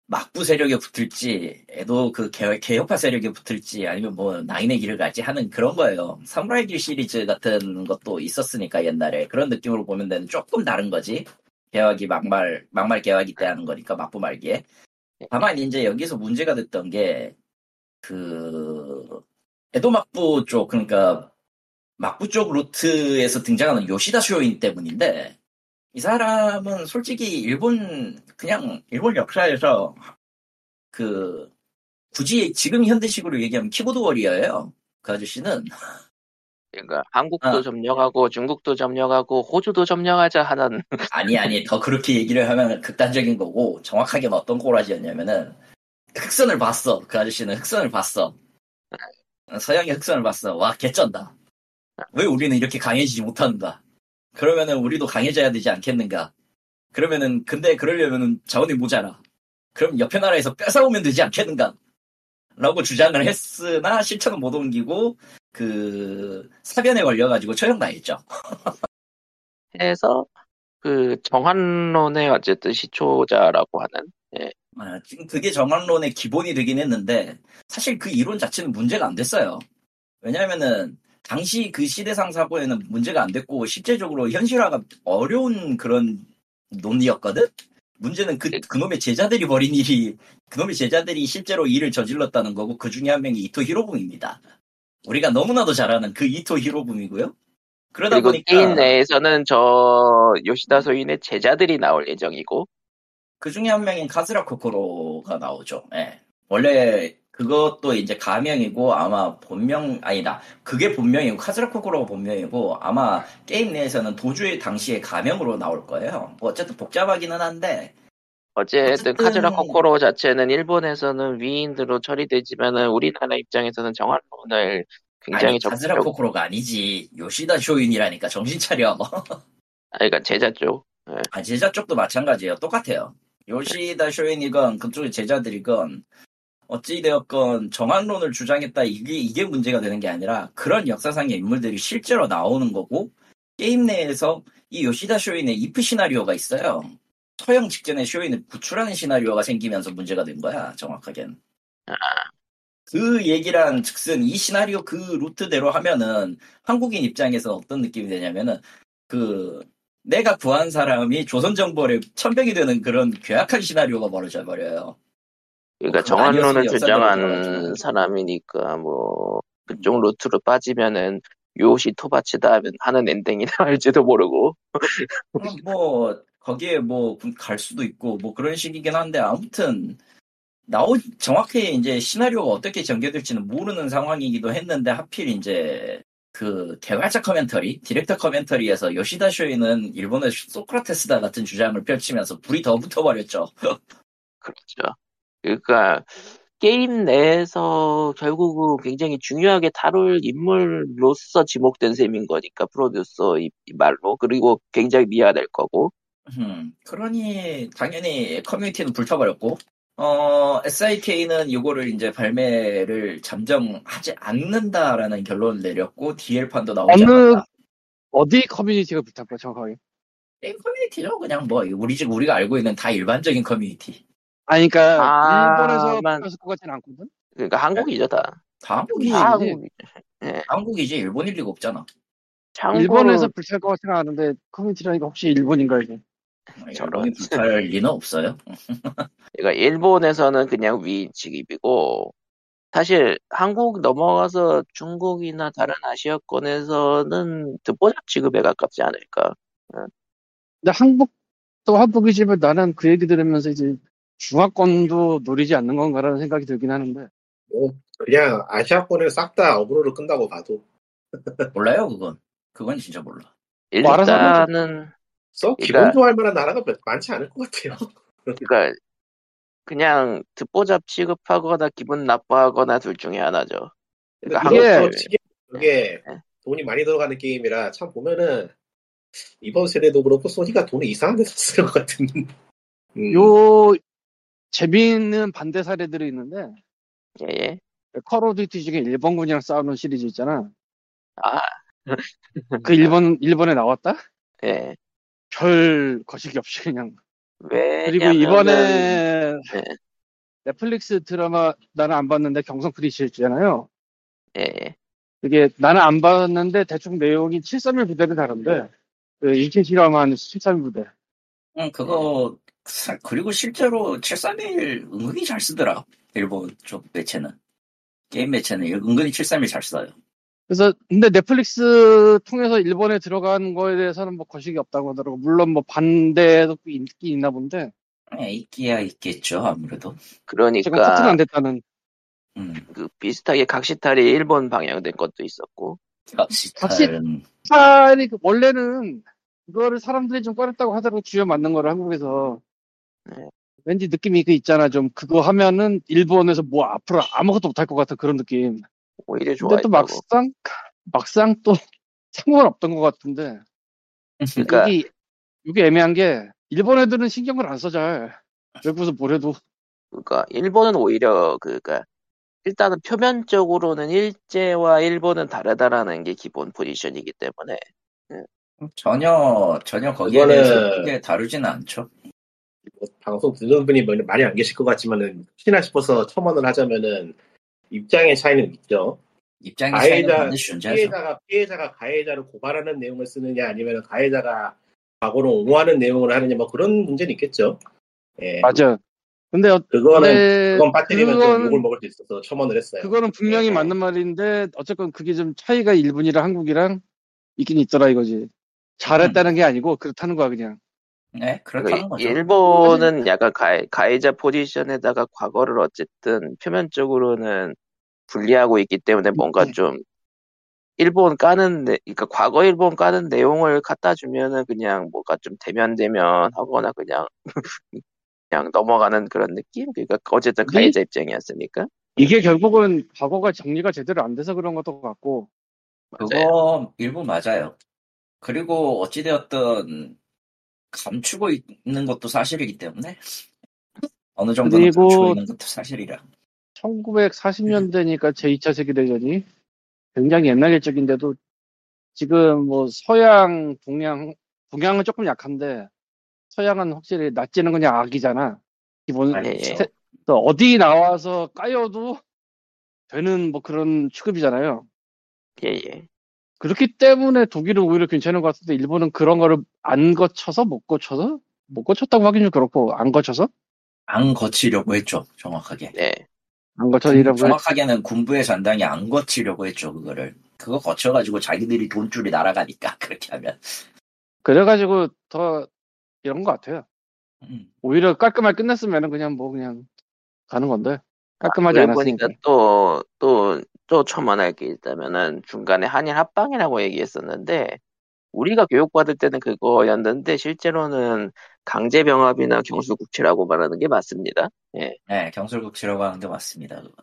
막부 세력에 붙을지, 에도 그 개, 개혁파 세력에 붙을지, 아니면 뭐 나인의 길을 갈지 하는 그런 거예요. 사무라이 길 시리즈 같은 것도 있었으니까 옛날에 그런 느낌으로 보면 되는 조금 다른 거지. 개혁이 막말 막말 개혁이 때 하는 거니까 막부 말기에. 다만 이제 여기서 문제가 됐던 게그 에도 막부 쪽 그러니까 막부 쪽 루트에서 등장하는 요시다 쇼인 때문인데 이 사람은 솔직히 일본 그냥 일본 역사에서 그 굳이 지금 현대식으로 얘기하면 키보드 워리어예요. 그 아저씨는 그러니까 한국도 아. 점령하고 중국도 점령하고 호주도 점령하자 하는 아니 아니 더 그렇게 얘기를 하면 극단적인 거고 정확하게 는 어떤 꼬라지였냐면은 흑선을 봤어 그 아저씨는 흑선을 봤어 어, 서양의 흑선을 봤어 와 개쩐다 왜 우리는 이렇게 강해지지 못한다 그러면은 우리도 강해져야 되지 않겠는가 그러면은 근데 그러려면은 자원이 모자라 그럼 옆에 나라에서 뺏어오면 되지 않겠는가 라고 주장을 했으나 실천은 못 옮기고 그 사변에 걸려가지고 처형당했죠 해서 그 정한론의 어쨌든 시초자라고 하는 아, 지금 그게 정황론의 기본이 되긴 했는데 사실 그 이론 자체는 문제가 안 됐어요. 왜냐하면은 당시 그 시대상 사고에는 문제가 안 됐고 실제적으로 현실화가 어려운 그런 논리였거든. 문제는 그 그놈의 제자들이 벌인 일이 그놈의 제자들이 실제로 일을 저질렀다는 거고 그 중에 한 명이 이토 히로부미입니다. 우리가 너무나도 잘 아는 그 이토 히로부미고요. 그러다 그리고 보니까 게임 내에서는 저 요시다 소인의 제자들이 나올 예정이고 그 중에 한 명인 카즈라 코코로가 나오죠. 예. 원래 그것도 이제 가명이고 아마 본명 아니다. 그게 본명이고 카즈라 코코로가 본명이고 아마 게임 내에서는 도주의 당시에 가명으로 나올 거예요. 뭐 어쨌든 복잡하기는 한데 어쨌든 어쨌든- 네. 카즈라 코코로 자체는 일본에서는 위인으로 처리되지만은 우리나라 입장에서는 정한론을 굉장히 아니 카즈라 적극적으로 코코로가 아니지 요시다 쇼인이라니까 정신 차려. 뭐. 아, 그러니까 제자 쪽 아, 제자 쪽도 마찬가지예요. 똑같아요. 요시다 쇼인이건 그쪽의 제자들이건 어찌되었건 정황론을 주장했다 이게 이게 문제가 되는 게 아니라 그런 역사상의 인물들이 실제로 나오는 거고 게임 내에서 이 요시다 쇼인의 이프 시나리오가 있어요. 처형 직전에 쇼인을 구출하는 시나리오가 생기면서 문제가 된 거야 정확하게는. 그 얘기랑 즉슨 이 시나리오 그 루트대로 하면은 한국인 입장에서 어떤 느낌이 되냐면은 그 내가 구한 사람이 조선 정벌의 천병이 되는 그런 괴악한 시나리오가 벌어져 버려요. 그러니까 뭐 그건 정한론을 아니었으니 역사대로 음. 주장한 돌아가죠. 사람이니까 뭐 그쪽 루트로 빠지면은 요시 토바치다 하는 엔딩이 나올지도 모르고 그럼 뭐 거기에 뭐 갈 수도 있고 뭐 그런 식이긴 한데 아무튼 나오 정확히 이제 시나리오가 어떻게 전개될지는 모르는 상황이기도 했는데 하필 이제 그 개발자 커멘터리, 디렉터 커멘터리에서 요시다 쇼이는 일본의 소크라테스다 같은 주장을 펼치면서 불이 더 붙어버렸죠. 그렇죠. 그러니까 게임 내에서 결국은 굉장히 중요하게 다룰 인물로서 지목된 셈인 거니까 프로듀서 이- 이 말로 그리고 굉장히 미화될 거고 음, 그러니 당연히 커뮤니티는 불타버렸고 어, SIK는 이거를 이제 발매를 잠정하지 않는다라는 결론을 내렸고 DL판도 나오지 어느- 않았다. 어디 커뮤니티가 불타고 정확하게? 게임 커뮤니티죠. 그냥 뭐 우리 집 우리가 알고 있는 다 일반적인 커뮤니티. 아니 그러니까 아, 일본에서 만- 불탔을 것 같진 않거든. 그러니까 한국이죠 다. 다 한국이지. 음. 다 한국이죠. 한국이지 일본일 리가 없잖아. 참고로 일본에서 불탈 것 같진 않은데 커뮤니티라니까 혹시 일본인가 이게? 뭐, 일본이 저런. 불탈 리는 없어요. 그러니까 일본에서는 그냥 위인 직입이고 사실 한국 넘어가서 중국이나 다른 아시아권에서는 듣보잡 지급에 가깝지 않을까. 근데 한국도 한국이지만 나는 그 얘기 들으면서 이제 중화권도 노리지 않는 건가라는 생각이 들긴 하는데 뭐 그냥 아시아권을 싹 다 어그로를 끈다고 봐도 몰라요 그건. 그건 진짜 몰라. 뭐 알아서 하면 일단은 써 그러니까- 기분 좋아할 만한 나라가 몇- 많지 않을 것 같아요. 그러니까 그냥 듣보잡 취급하거나 기분 나빠하거나 둘 중에 하나죠. 근데 그러니까 그게- 한국 그것도 지금 그게 네. 돈이 많이 들어가는 게임이라 참 보면은 이번 세대도 그렇고 소니가 돈을 이상한 데서 쓰는 것 같은. 음, 요 재미있는 반대 사례들이 있는데 예예. 컬 오브 듀티 중에 일본군이랑 싸우는 시리즈 있잖아. 아. 그 일본 일본에 나왔다? 예. 별 거식이 없이 그냥. 왜? 그리고 이번에 네. 넷플릭스 드라마 나는 안 봤는데 경성 프리시였잖아요. 예예. 그게 나는 안 봤는데 대충 내용이 731 부대는 다른데 그 인체 실험한 731 부대. 응 어, 그거 사- 그리고 실제로 731 은근히 잘 쓰더라. 일본 쪽 매체는 게임 매체는 은근히 731 잘 써요. 그래서 근데 넷플릭스 통해서 일본에 들어간 거에 대해서는 뭐 거식이 없다고 하더라고. 물론 뭐 반대도 꽤 인기 있나 본데 예, 있기야 있겠죠 아무래도. 제가 커트는 안 그러니까 됐다는. 음. 그 비슷하게 각시탈이 일본 방향된 것도 있었고. 각시탈은 아니 그 원래는 이거를 사람들이 좀 꺼렸다고 하더라고 주요 맞는 거를 한국에서 네. 왠지 느낌이 그 있잖아 좀 그거 하면은 일본에서 뭐 앞으로 아무것도 못할 것 같은 그런 느낌 오히려 좋아했다고. 근데 또 막상 막상 또 상관없던 것 같은데 그러니까 여기 이게 애매한 게 일본 애들은 신경을 안 써잘 외국에서 뭘 해도 그러니까 일본은 오히려 그러니까 일단은 표면적으로는 일제와 일본은 다르다라는 게 기본 포지션이기 때문에 전혀 전혀 거기에 그거는- 대해서 크게 다루지는 않죠. 뭐 방송 듣는 분이 뭐- 많이 안 계실 것 같지만은 혹시나 싶어서 첨언을 하자면은 입장의 차이는 있죠. 입장이 차이는 가해자 반드시 존재하죠. 피해자가 피해자가 가해자를 고발하는 내용을 쓰느냐 아니면 가해자가 과거를 옹호하는 내용을 하느냐 뭐 그런 문제는 있겠죠. 네. 예, 맞아 근데 어- 그거는 근데 그건 빠뜨리면 좀 그건- 욕을 먹을 수 있어서 첨언을 했어요. 그거는 분명히 네. 맞는 말인데 어쨌건 그게 좀 차이가 일본이랑 한국이랑 있긴 있더라 이거지 잘했다는 게 아니고 그렇다는 거야 그냥 네 그렇다는 그러니까 거죠. 일본은 약간 가해, 가해자 포지션에다가 과거를 어쨌든 표면적으로는 분리하고 있기 때문에 뭔가 네. 좀 일본 까는 내, 그러니까 과거 일본 까는 내용을 갖다 주면은 그냥 뭐가 좀 대면 대면 하거나 그냥 그냥 넘어가는 그런 느낌 그러니까 어쨌든 네. 가해자 입장이었으니까 이게 결국은 과거가 정리가 제대로 안 돼서 그런 것도 같고 맞아요. 그거 일부 맞아요. 그리고 어찌되었든 감추고 있는 것도 사실이기 때문에 어느 정도는 그리고- 감추고 있는 것도 사실이라. 1940년대니까 제2차 세계대전이 굉장히 옛날 일적인데도 지금 뭐 서양 동양 동양은 조금 약한데 서양은 확실히 낮지는 그냥 악이잖아 기본 아니, 예, 예. 저- 또 어디 나와서 까여도 되는 뭐 그런 취급이잖아요 예예 그렇기 때문에 독일은 오히려 괜찮은 것 같은데 일본은 그런 거를 안 거쳐서 못 거쳐서 못 거쳤다고 하긴 좀 그렇고 안 거쳐서 안 거치려고 했죠, 정확하게. 네뭐 안 거쳐이라고 그러니까. 정확하게는 군부의 전당이 안 거치려고 했죠, 그거를. 그거 거쳐가지고 자기들이 돈줄이 날아가니까, 그렇게 하면. 그래가지고 더 이런 것 같아요. 음. 오히려 깔끔하게 끝냈으면은 그냥 뭐 그냥 가는 건데 깔끔하지 아, 그러고 않았으니까 보니까 또, 또 또 첨언할 게 있다면은 중간에 한일 합방이라고 얘기했었는데 우리가 교육받을 때는 그거였는데 실제로는 강제병합이나 경수국치라고 말하는 게 맞습니다. 예. 네, 경술국치라고 하는 게 맞습니다. 그거는.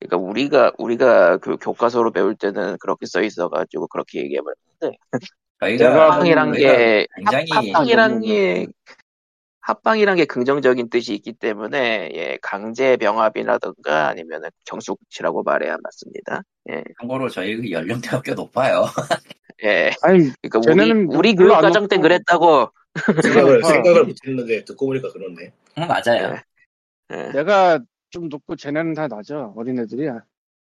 그러니까 우리가 우리가 그 교과서로 배울 때는 그렇게 써 있어가지고 그렇게 얘기해버려. 저희가 합방이란 저희가 게 아, 그러니까 굉장히 합방이란 게 합방이란 게 긍정적인 뜻이 있기 때문에 예, 강제병합이라든가 아니면 경수국치라고 말해야 맞습니다. 참고로 저희 그 연령대가 꽤 높아요. 예. 아니 그러니까 우리 쟤네는 우리 별로 안 교육과정 때 먹고. 그랬다고. 생각을 어. 생각을 못했는데 듣고 보니까 그렇네. 음, 맞아요. 예. 네. 예. 내가 좀 높고 쟤네는 다 낮아 어린애들이야.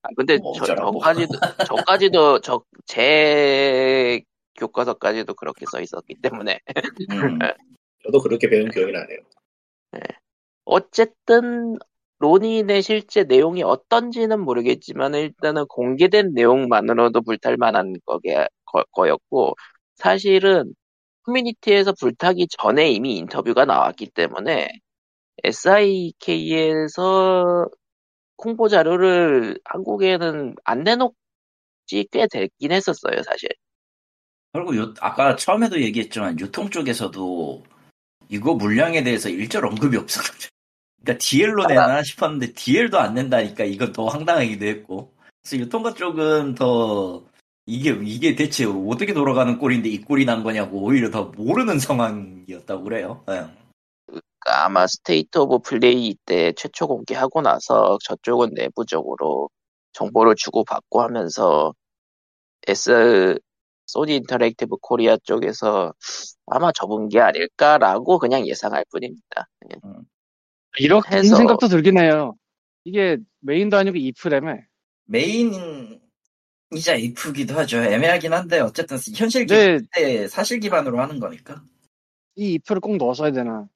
아, 근데 뭐 저, 어쩌라고. 저까지도 저까지도 저제 교과서까지도 그렇게 써 있었기 때문에 음. 저도 그렇게 배운 기억이 나네요. 어쨌든 로닌의 실제 내용이 어떤지는 모르겠지만 일단은 공개된 내용만으로도 불탈만한 거게, 거, 거였고 사실은 커뮤니티에서 불타기 전에 이미 인터뷰가 나왔기 때문에 SIK에서 홍보 자료를 한국에는 안 내놓지 꽤 됐긴 했었어요 사실 그리고 요- 아까 처음에도 얘기했지만 유통 쪽에서도 이거 물량에 대해서 일절 언급이 없어가지고 그러니까 DL로 내나 싶었는데 DL도 안 낸다니까 이건 더 황당하기도 했고 그래서 유통가 쪽은 더 이게 이게 대체 어떻게 돌아가는 꼴인데 이 꼴이 난 거냐고 오히려 더 모르는 상황이었다고 그래요. 예. 그러니까 아마 스테이트 오브 플레이 때 최초 공개하고 나서 저쪽은 내부적으로 정보를 주고받고 하면서 S 소니 인터랙티브 코리아 쪽에서 아마 접은 게 아닐까라고 그냥 예상할 뿐입니다. 예. 이렇게 해서- 생각도 들긴 해요. 이게 메인도 아니고 이프라며. 메인이자 이프기도 하죠. 애매하긴 한데 어쨌든 현실 기 근데 때 사실 기반으로 하는 거니까. 이 이프를 꼭 넣었어야 되나?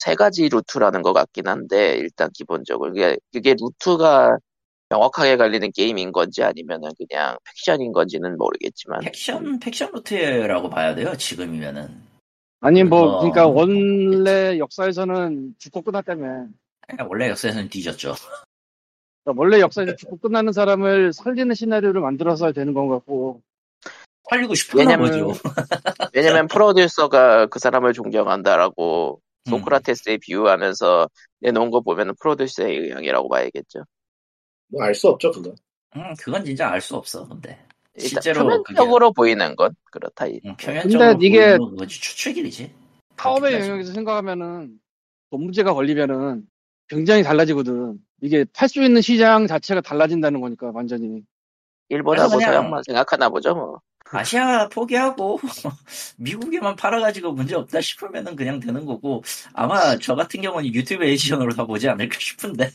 세 가지 루트라는 것 같긴 한데 일단 기본적으로 그게, 그게 루트가 명확하게 갈리는 게임인 건지 아니면은 그냥 팩션인 건지는 모르겠지만 팩션 팩션 루트라고 봐야 돼요. 지금이면은. 아니 뭐 어. 그러니까 원래 역사에서는 죽고 끝났다며. 아, 원래 역사에서는 뒤졌죠. 그러니까 원래 역사에서 죽고 끝나는 사람을 살리는 시나리오를 만들어서 되는 건 같고 팔리고 싶었나 왜냐면- 보죠. 왜냐면 프로듀서가 그 사람을 존경한다라고 음. 소크라테스에 비유하면서 내놓은 거 보면 프로듀서의 영향이라고 봐야겠죠. 뭐 알 수 없죠 그거. 음, 그건 진짜 알 수 없어. 근데 일단 실제로 표면적으로 보이는 건 그렇다. 이- 음, 표면적으로 근데 이게- 보이는 거지 추측일이지. 사업의 아, 그렇게까지. 영역에서 생각하면은 돈 문제가 걸리면은 굉장히 달라지거든. 이게 팔 수 있는 시장 자체가 달라진다는 거니까 완전히. 일본하고 그래서 그냥- 서양만 생각하나 보죠. 뭐 아시아 포기하고 미국에만 팔아가지고 문제 없다 싶으면은 그냥 되는 거고 아마 저 같은 경우는 유튜브 에디션으로 다 보지 않을까 싶은데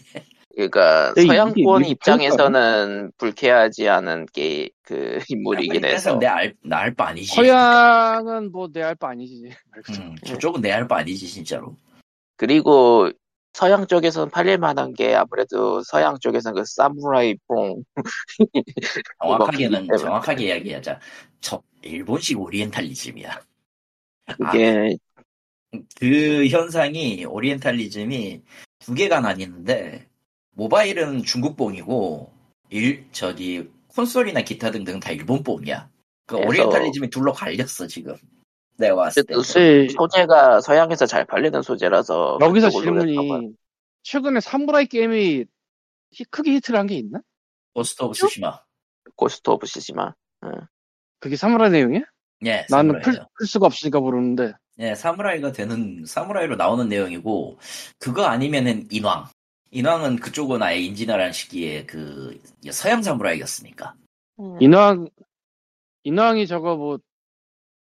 그러니까 근데 서양권 이게 입장에서는 불쾌하지 않은 게 그 인물이긴 해서 내알나알바 아니지. 서양은 뭐 내 알 바 아니지. 말 그대로. 음, 저쪽은 내 알바 아니지 진짜로. 그리고 서양 쪽에서는 팔릴 만한 게 아무래도 서양 쪽에서는 그 사무라이 뽕 정확하게는 때문에. 정확하게 이야기하자. 저 일본식 오리엔탈리즘이야. 그게 그 현상이 오리엔탈리즘이 두 개가 나뉘는데 모바일은 중국뽕이고 일 저기 콘솔이나 기타 등등 다 일본뽕이야. 그 그래서- 오리엔탈리즘이 둘로 갈렸어 지금. 내가 봤을 때. 사실 소재가 서양에서 잘 팔리는 소재라서 아, 여기서 그쪽을 노렸다고 질문이 최근에 사무라이 게임이 히- 크게 히트를 한 게 있나? 고스트 오브 스시마. 고스트 오브 시지마. 그게 사무라이 내용이야? 예, 나는 사무라이죠. 플, 플스가 없으니까 모르는데 예, 사무라이가 되는 사무라이로 나오는 내용이고 그거 아니면은 인왕. 인왕은 그쪽은 아예 임진왜란 시기에 그 서양 사무라이였으니까. 네. 음. 인왕 인왕이 저거 뭐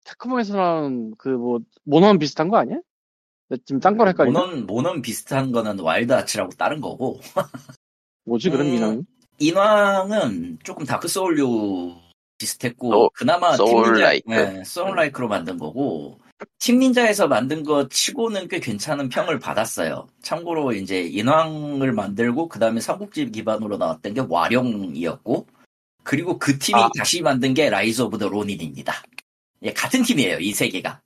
테크몽에서 나온 그 뭐 모노원 비슷한 거 아니야? 나 지금 딴 거랑 헷갈리네. 모넌 모넌 비슷한 거는 와일드 아치라고 다른 거고 뭐지 그럼 음, 인왕? 인왕은 조금 다크 소울류 비슷했고 어, 소- 그나마 소울라이크. 음. 팀 닌자 네, 소울라이크로 만든 거고 팀 닌자에서 만든 거 치고는 꽤 괜찮은 평을 받았어요. 참고로 이제 인왕을 만들고 그 다음에 삼국지 기반으로 나왔던 게 와룡이었고 그리고 그 팀이 아. 다시 만든 게 라이즈 오브 더 로닌입니다. 예, 같은 팀이에요 이 세 개가.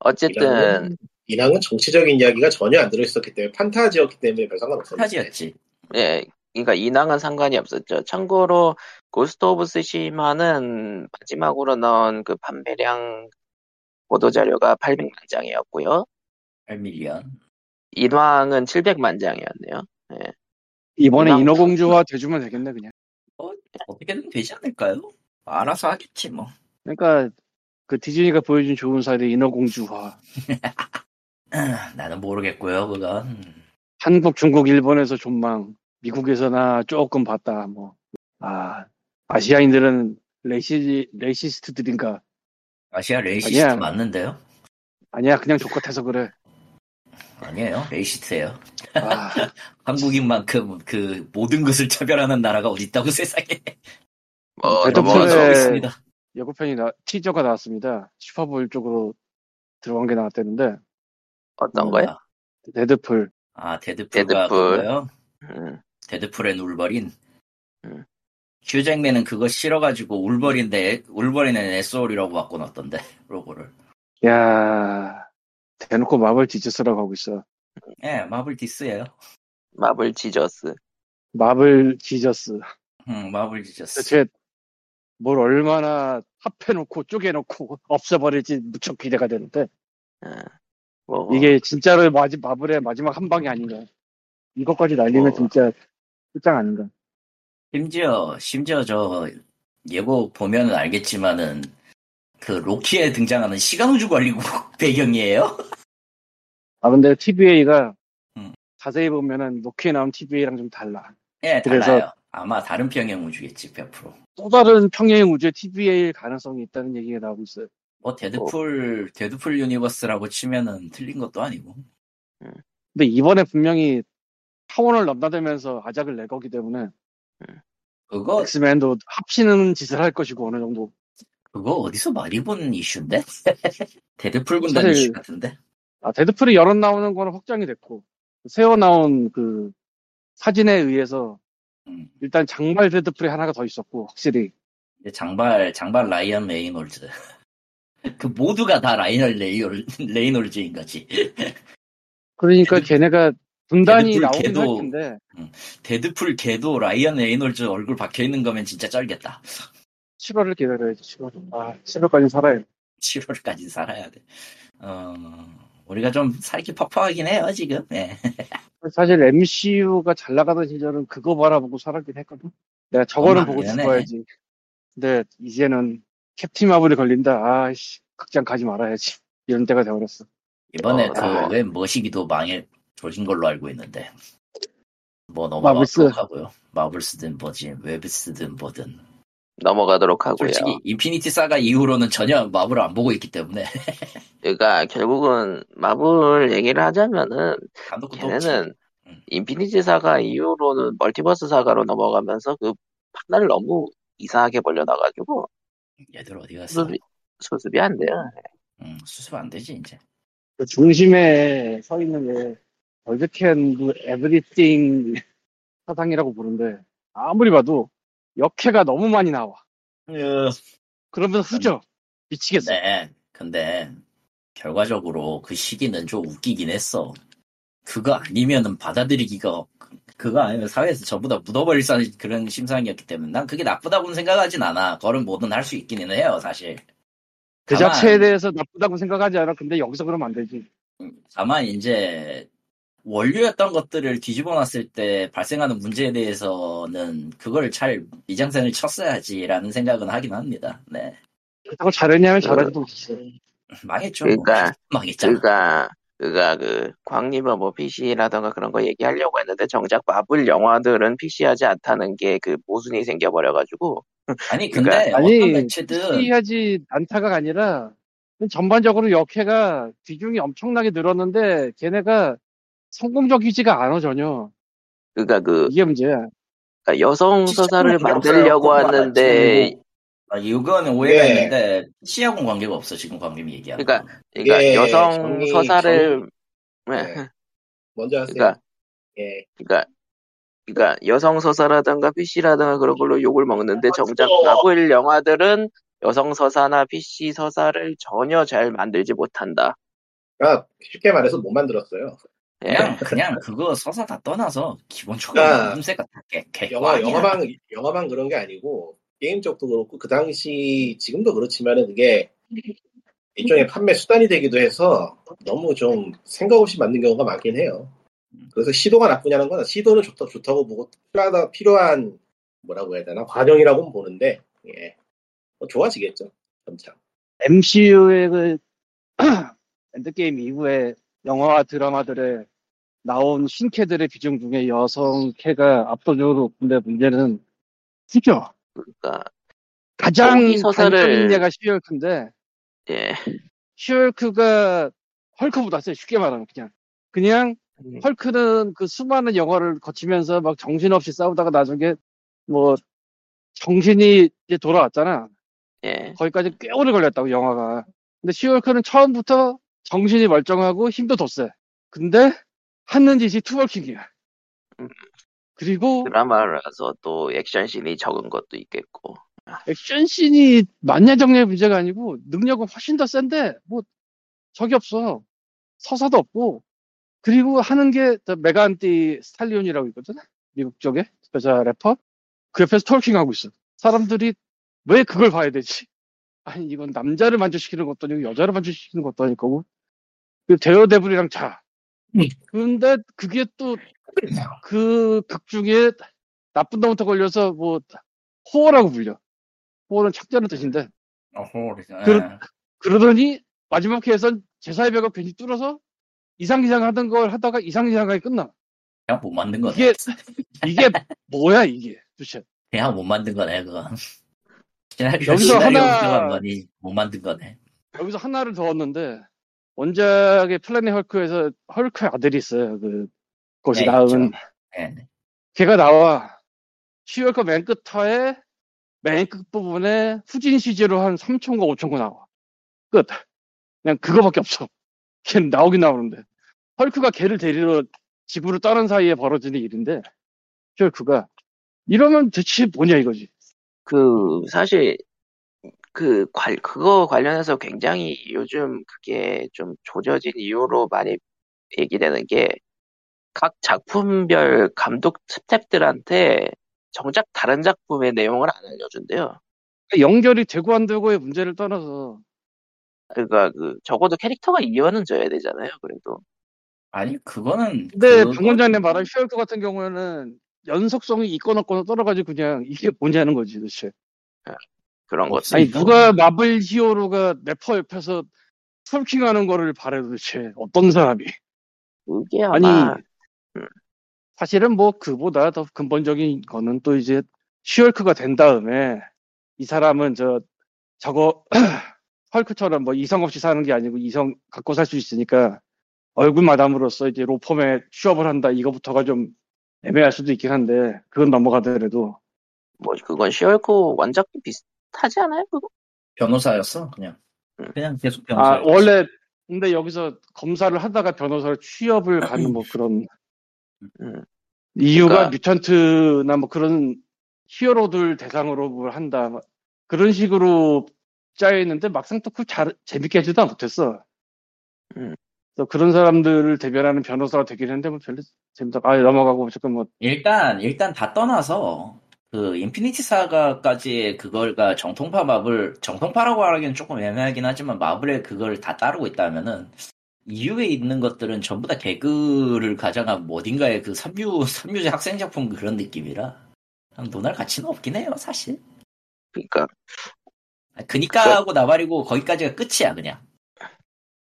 어쨌든 인왕은 정치적인 이야기가 전혀 안 들어있었기 때문에 판타지였기 때문에 별 상관없었는데 판타지였지. 예 그러니까 인왕은 상관이 없었죠. 참고로 그 고스트 오브 스시마는 마지막으로 넣은 그 판매량 보도 자료가 800만 장이었고요. 8밀리언. 인왕은 700만 장이었네요. 이번에 그냥- 인어공주와 돼주면 되겠네 그냥. 어떻게든 되지 않을까요? 알아서 하겠지 뭐. 그러니까 그 디즈니가 보여준 좋은 사례 인어공주화. 아, 나는 모르겠고요, 그건. 한국, 중국, 일본에서 존망. 미국에서나 조금 봤다 뭐. 아 아시아인들은 레시 레시스트들인가? 아시아 레이시스트 아니야. 맞는데요? 아니야 그냥 조커태서 그래. 아니에요. 레이시스트예요. 아, 한국인만큼 그 모든 것을 차별하는 나라가 어디 있다고 세상에. 음, 뭐 배도 뭐, 풀어야 저기 네. 있습니다. 예고편이 나, 티저가 나왔습니다. 슈퍼볼 쪽으로 들어간 게 나왔다는데 어떤 거요? 데드풀 아, 데드풀과 데드풀. 그거요? 음. 데드풀앤 울버린. 음. 휴잭맨은 그거 싫어가지고 울버린데 울버린은 SOL이라고 바꿔놨던데 로고를. 야 대놓고 마블 디저스라고 하고 있어. 예, 마블 디스예요. 마블 지저스. 마블 디저스. 음, 마블 디저스. 대체 뭘 얼마나 합해놓고 쪼개놓고 없애버릴지 무척 기대가 되는데 어. 뭐 이게 진짜로 마지, 마블의 마지막 한 방이 아닌가 이것까지 날리면 어. 진짜 끝장 아닌가 심지어 심지어 저 예고 보면은 알겠지만은 그 로키에 등장하는 시간우주 관리국 배경이에요. 아 근데 TVA가 음. 자세히 보면은 로키에 나온 TVA랑 좀 달라 예, 그래서- 달라요. 아마 다른 평행 우주겠지 100%. 또 다른 평행 우주의 TVA일 가능성이 있다는 얘기가 나오고 있어요 뭐 어. 데드풀 데드풀 유니버스라고 치면은 틀린 것도 아니고. 근데 이번에 분명히 차원을 넘나들면서 아작을 낼 거기 때문에 그거 네. 엑스맨도 합치는 짓을 할 것이고 어느 정도 그거 어디서 많이 본 이슈인데? 데드풀 군단 사실- 이슈 같은데? 아, 데드풀이 여러 나오는 거는 확장이 됐고, 새어 나온 그 사진에 의해서 음. 일단 장발 데드풀이 하나가 더 있었고, 확실히. 이제 장발 장발 라이언 레이놀즈. 그 모두가 다 라이언 레이놀 레이놀즈인 거지. 그러니까 데드풀- 걔네가 분단이 데드풀 나오긴 걔도- 할 텐데, 데드풀 걔도 라이언 레이놀즈 얼굴 박혀 있는 거면 진짜 쩔겠다. 7월을 기다려야지, 7월. 아, 7월까지 살아야 돼. 7월까지 살아야 돼. 어, 우리가 좀 살기 퍽퍽하긴 해요, 지금. 예. 사실 MCU가 잘 나가던 시절은 그거 바라보고 살았긴 했거든. 내가 저거는 엄마, 보고 미안해. 죽어야지. 근데 이제는 캡틴 마블이 걸린다. 아이씨, 극장 가지 말아야지. 이런 때가 되어버렸어. 이번에 어, 아. 그왜 머시기도 망해 조진 걸로 알고 있는데. 뭐 마블스. 넘어가도록 하고요. 마블스든 뭐지, 웹스든 뭐든. 넘어가도록 하고요. 솔직히 인피니티 사가 이후로는 전혀 마블을 안 보고 있기 때문에. 그러니까 결국은 마블 얘기를 하자면은 감독도 걔네는 음. 인피니티 사가 이후로는 멀티버스 사가로 넘어가면서 그 판을 너무 이상하게 벌려놔가지고 얘들 어디 갔어? 수습이, 수습이 안 돼요. 음, 수습 안 되지 이제. 그 중심에 서 있는 게 월드캔 그 에브리띵 사상이라고 부른데 아무리 봐도 역해가 너무 많이 나와 그러면 후져 미치겠어 음. 네, 근데 결과적으로 그 시기는 좀 웃기긴 했어. 그거 아니면은 받아들이기가 그거 아니면 사회에서 전부 다 묻어버릴 사- 그런 심상이었기 때문에 난 그게 나쁘다고는 생각하진 않아. 그런 뭐든 할 수 있기는 해요, 사실. 그 다만- 자체에 대해서 나쁘다고 생각하지 않아 근데 여기서 그러면 안 되지 다만 이제 원료였던 것들을 뒤집어 놨을 때 발생하는 문제에 대해서는 그걸 잘 미장센을 쳤어야지라는 생각은 하긴 합니다. 네. 그렇다고 잘했냐면 잘하지도 못했어 망했죠. 뭐. 그러니까 망했잖아. 그가 그러니까 그가 그 광림은 뭐 PC라던가 그런 거 얘기하려고 했는데 정작 마블 영화들은 PC하지 않다는 게 그 모순이 생겨버려가지고 아니 근데 그러니까- 어떤 아니 매체든 피하지 않다가 아니라 전반적으로 역해가 비중이 엄청나게 늘었는데 걔네가 성공적이지가 않아 전혀 그가 그 이게 문제야 그러니까 여성 서사를 만들려고 하는데 아, 이거는 오해가 예. 있는데 PC하고는 관계가 없어 지금 광림이 얘기하는 그러니까 거. 그러니까 예, 여성 정리, 서사를 네. 네. 먼저 하세요. 그러니까 예. 그러니까 그러니까 여성 서사라든가 PC라든가 그런 걸로 욕을 먹는데 정작 맞죠. 마블 영화들은 여성 서사나 PC 서사를 전혀 잘 만들지 못한다. 아, 그러니까 쉽게 말해서 못 만들었어요. 예. 그냥 그냥 그거 서사 다 떠나서 기본적으로 아. 음색가 다 개, 개 영화 꽝이야. 영화방 영화방 그런 게 아니고 게임 쪽도 그렇고 그 당시 지금도 그렇지만은 그게 일종의 판매 수단이 되기도 해서 너무 좀 생각 없이 만든 경우가 많긴 해요. 그래서 시도가 나쁘냐는 건 시도는 좋다 좋다고 보고 필요하다 필요한 뭐라고 해야 되나 과정이라고 보는데 예. 뭐 좋아지겠죠 점차. MCU의 그 엔드게임 이후에 영화와 드라마들의 나온 신캐들의 비중 중에 여성캐가 압도적으로 높은데 문제는 쓰죠. 그러니까 가장 거기 서사를- 단적인 예가 시얼크인데 예. 시얼크가 헐크보다 세 쉽게 말하면 그냥 그냥 음. 헐크는 그 수많은 영화를 거치면서 막 정신없이 싸우다가 나중에 뭐 정신이 이제 돌아왔잖아. 예. 거기까지 꽤 오래 걸렸다고 영화가. 근데 시월크는 처음부터 정신이 멀쩡하고 힘도 더 세. 근데 하는 짓이 투월킹이야. 음. 그리고 드라마라서 또 액션씬이 적은 것도 있겠고. 액션씬이 만년 정리의 문제가 아니고 능력은 훨씬 더 센데 뭐 적이 없어. 서사도 없고 그리고 하는 게저 메간티 스탈리온이라고 있거든 미국 쪽에 여자 래퍼 그 옆에서 톨킹하고 있어 사람들이 왜 그걸 봐야 되지 아니 이건 남자를 만족시키는 것도 아니고 여자를 만족시키는 것도 아닐 거고 그 대여대불이랑 자 근데 그게 또 그 극 중에 나쁜 놈한테 걸려서 뭐 호어라고 불려 호어는 착자는 뜻인데 어허, 그래서, 예. 그렇- 그러더니 마지막 회에선 제사의 배가 괜히 뚫어서 이상이상 하던 걸 하다가 이상이상하게 끝나. 그냥 못 만든 거네. 이게 이게 뭐야 이게 도대체. 그냥 못 만든 거네 그건. 시나리오 여기서 시나리오 하나- 들어간 거니 못 만든 거네. 여기서 하나를 더 얻는데 원작의 플래닛 헐크에서 헐크의 아들이 있어요. 그 것이 네, 나은 있죠. 예. 걔가 나와 시월커 맨 끝에 맨 끝 부분에 후진 CG로 한 3천고 5천고 나와 끝 그냥 그거밖에 없어 걔는 나오긴 나오는데 헐크가 걔를 데리러 지구로 떠난 사이에 벌어지는 일인데 시월크가 이러면 대체 뭐냐 이거지 그 사실 그 관, 그거 관련해서 굉장히 요즘 그게 좀 조져진 이유로 많이 얘기되는 게 각 작품별 감독 스탭들한테 정작 다른 작품의 내용을 안 알려준대요. 연결이 되고 안 되고의 문제를 떠나서 그러니까 그 적어도 캐릭터가 이어는 져야 되잖아요. 그래도 아니 그거는 근데 네, 그거- 방금 전에 말한 시월크 같은 경우에는 연속성이 있거나 없거나 떨어가지고 그냥 이게 뭐냐는 거지 도대체 그런 것 없으니까. 아니 누가 마블 히어로가 래퍼 옆에서 톨킹하는 거를 바래 도대체 어떤 사람이 그게 아마 아니, 사실은 뭐 그보다 더 근본적인 거는 또 이제 슈얼크가 된 다음에 이 사람은 저 저거 헐크처럼 뭐 이성 없이 사는 게 아니고 이성 갖고 살 수 있으니까 얼굴 마담으로서 이제 로펌에 취업을 한다 이거부터가 좀 애매할 수도 있긴 한데 그건 넘어가더라도 뭐 그건 시월코 원작도 비슷하지 않아요? 그거? 변호사였어 그냥. 응. 그냥 계속 변호사. 네. 아 원래 근데 여기서 검사를 하다가 변호사를 취업을 가는 뭐 그런 예, 음. 이유가 그러니까- 뮤턴트나 뭐 그런 히어로들 대상으로 뭘 한다 뭐 그런 식으로 짜여 있는데 막상 또그 재밌게 하지도 못했어. 음. 그래서 그런 사람들을 대변하는 변호사가 되긴 했는데 뭐 별로 재밌다. 아 넘어가고 잠깐 뭐 일단 일단 다 떠나서 그 인피니티 사가까지 그걸가 정통파 마블 정통파라고 하기엔 조금 애매하긴 하지만 마블의 그걸 다 따르고 있다면은 이후에 있는 것들은 전부 다 개그를 가장한 뭐 어딘가의 그 삼류 삼류제 학생 작품 그런 느낌이라 그냥 논할 가치는 없긴 해요 사실. 그러니까 아, 그니까하고 나발이고 거기까지가 끝이야 그냥.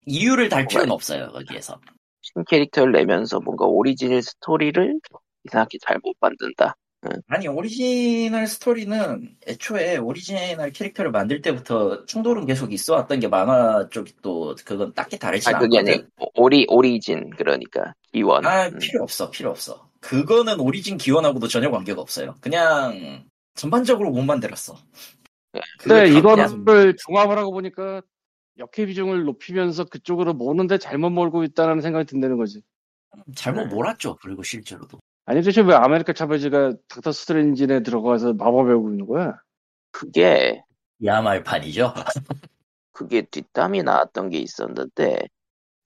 이유를 달 필요는 없어요 거기에서. 신캐릭터를 내면서 뭔가 오리지널 스토리를 이상하게 잘 못 만든다. 아니 오리지널 스토리는 애초에 오리지널 캐릭터를 만들 때부터 충돌은 계속 있어 왔던 게 만화 쪽이 또 그건 딱히 다르지 아 그게 아니 않거든. 오리 오리진 그러니까 기원. 아 음. 필요 없어 필요 없어. 그거는 오리진 기원하고도 전혀 관계가 없어요. 그냥 전반적으로 못 만들었어. 네. 그걸 근데 다 이거를 그냥- 종합을 하고 보니까 역회 비중을 높이면서 그쪽으로 모는데 잘못 몰고 있다는 생각이 든다는 거지. 잘못 네. 몰았죠. 그리고 실제로도 아니 도대체 왜 아메리카 차베즈가 닥터 스트레인지에 들어가서 마법 배우고 있는 거야? 그게 야말판이죠. 그게 뒷담이 나왔던 게 있었는데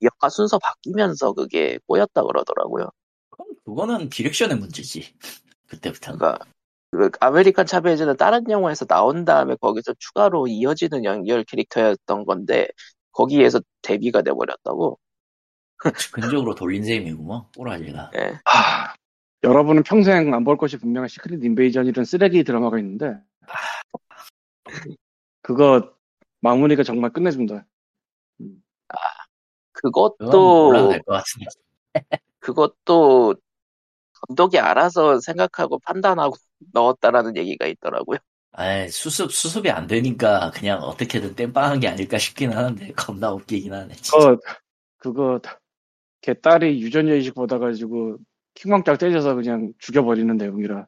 역할 순서 바뀌면서 그게 꼬였다 그러더라고요. 그럼 그거는 디렉션의 문제지. 그때부터는. 그러니까 그 아메리칸 차베즈는 다른 영화에서 나온 다음에 거기서 추가로 이어지는 연결 캐릭터였던 건데 거기에서 데뷔가 돼버렸다고. 근적으로 돌린 셈이구먼. 꼬라지가. 예. 하, 여러분은 평생 안 볼 것이 분명한 시크릿 인베이전이라는 쓰레기 드라마가 있는데 그거 마무리가 정말 끝내준다. 그건 또... 그것도 올라갈 것 같은데. 그것도 감독이 알아서 생각하고 판단하고 넣었다라는 얘기가 있더라고요. 아 수습, 수습이 안 되니까 그냥 어떻게든 땜빵한 게 아닐까 싶긴 하는데, 겁나 웃기긴 하네. 진짜. 그거 그거 걔 딸이 유전 여의식 받아가지고 킹왕짝 때려서 그냥 죽여버리는 내용이라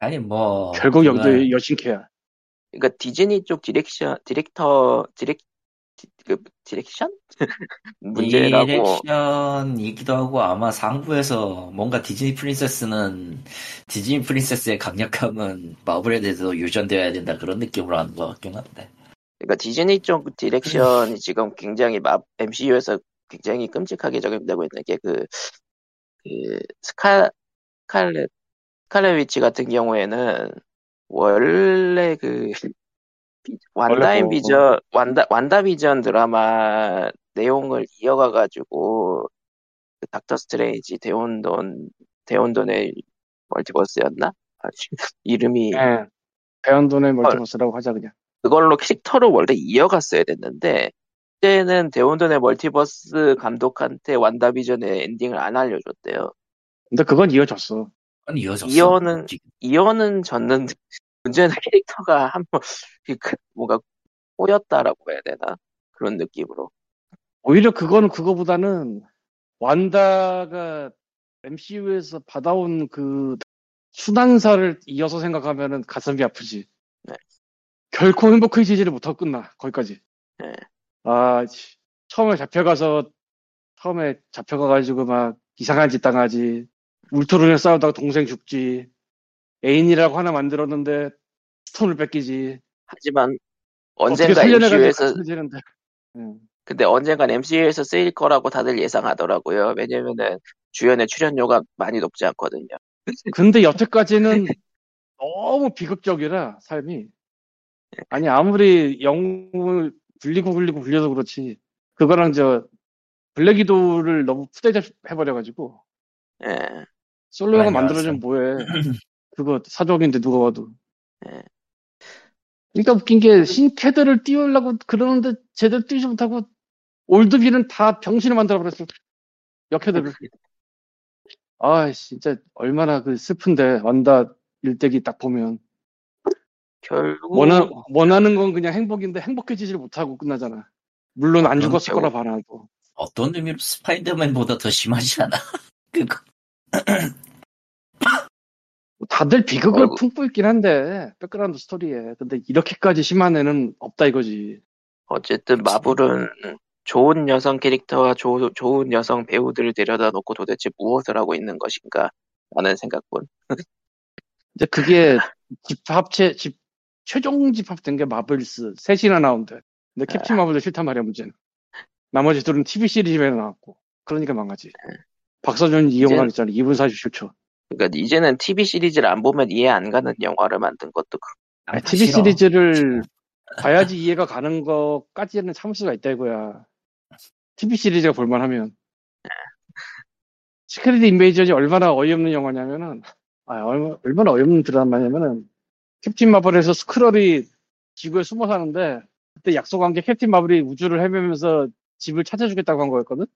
아니, 뭐. 결국 여기도 그걸- 여신캐야. 그러니까 디즈니 쪽 디렉션 디렉터 디렉 디- 그 디렉션 문제라고 디렉션이기도 하고 아마 상부에서 뭔가 디즈니 프린세스는 디즈니 프린세스의 강력함은 마블에 대해서 유전되어야 된다 그런 느낌으로 하는 것 같긴 한데 그러니까 디즈니 쪽 음. 디렉션이 지금 굉장히 마, MCU에서 굉장히 끔찍하게 적용되고 있는 게 그 스칼 스칼렛 스칼렛 위치 같은 경우에는 원래 그 비- 원래 완다인 뭐- 비전 완다 완다 비전 드라마 내용을 이어가 가지고 그 닥터 스트레인지 대혼돈 대혼돈의 멀티버스였나 아, 이름이 예. 배현돈의 멀티버스라고 하자 그냥. 그걸로 캐릭터를 원래 이어갔어야 됐는데 그때는 대혼돈의 멀티버스 감독한테 완다비전의 엔딩을 안 알려줬대요. 근데 그건 이어졌어. 아니 이어졌어 이어는- 이어는 졌는데 문제는 캐릭터가 한번 그- 그 뭔가 꼬였다라고 해야 되나 그런 느낌으로 오히려 그거는 그거보다는 완다가 MCU에서 받아온 그 순환사를 이어서 생각하면은 가슴이 아프지. 네. 결코 행복해지지를 못하고 끝나 거기까지. 네. 아 씨. 처음에 잡혀가서 처음에 잡혀가가지고 막 이상한 짓 당하지. 울토론에 싸우다가 동생 죽지. 애인이라고 하나 만들었는데 스톤을 뺏기지. 하지만 어떻게 언젠가 살려내가지고 MCU에서 가슴이지는데. 음. 응. 근데 언젠간 MCU에서 쓰일 거라고 다들 예상하더라고요. 왜냐면은 주연의 출연료가 많이 높지 않거든요. 근데 여태까지는 너무 비극적이라 삶이 아니 아무리 영웅을 굴리고 굴리고 굴려서 그렇지 그거랑 저 블랙이도를 너무 푸대접해버려가지고 예. 솔로 영화 많이 만들어주면 뭐해 그거 사족인데 누가 봐도 예. 그러니까 웃긴 게 신캐들을 띄우려고 그러는데 제대로 띄우지 못하고 올드비는 다 병신을 만들어버렸어 역캐들을 아 진짜 얼마나 그 슬픈데 완다 일대기 딱 보면 결국 원하, 원하는 건 그냥 행복인데 행복해지질 못하고 끝나잖아. 그렇죠. 물론 안 그럼 죽었을 거라 바라고. 어떤 의미로 스파이더맨보다 더 심하지 않아 그거 뭐 다들 비극을 아이고. 품고 있긴 한데 백그라운드 스토리에. 근데 이렇게까지 심한 애는 없다 이거지. 어쨌든 마블은 좋은 여성 캐릭터와 조- 좋은 여성 배우들을 데려다 놓고 도대체 무엇을 하고 있는 것인가 라는 생각뿐. 이제 그게 집합체 집 최종 집합된 게 마블스 셋이나 나온대. 근데 캡틴 마블도 싫단 말이야 문제는. 나머지 둘은 TV 시리즈에 나왔고. 그러니까 망가지. 박서준 이용환 있잖아. 2분 47초. 그러니까 이제는 TV 시리즈를 안 보면 이해 안 가는 영화를 만든 것도 그- 아니, TV 싫어. 시리즈를 봐야지 이해가 가는 것까지는 참을 수가 있다 이거야. TV 시리즈가 볼만하면. 시크릿 인베이전이 얼마나 어이없는 영화냐면은, 아, 얼마, 얼마나 어이없는 드라마냐면은, 캡틴 마블에서 스크럴이 지구에 숨어 사는데, 그때 약속한 게 캡틴 마블이 우주를 헤매면서 집을 찾아주겠다고 한 거였거든?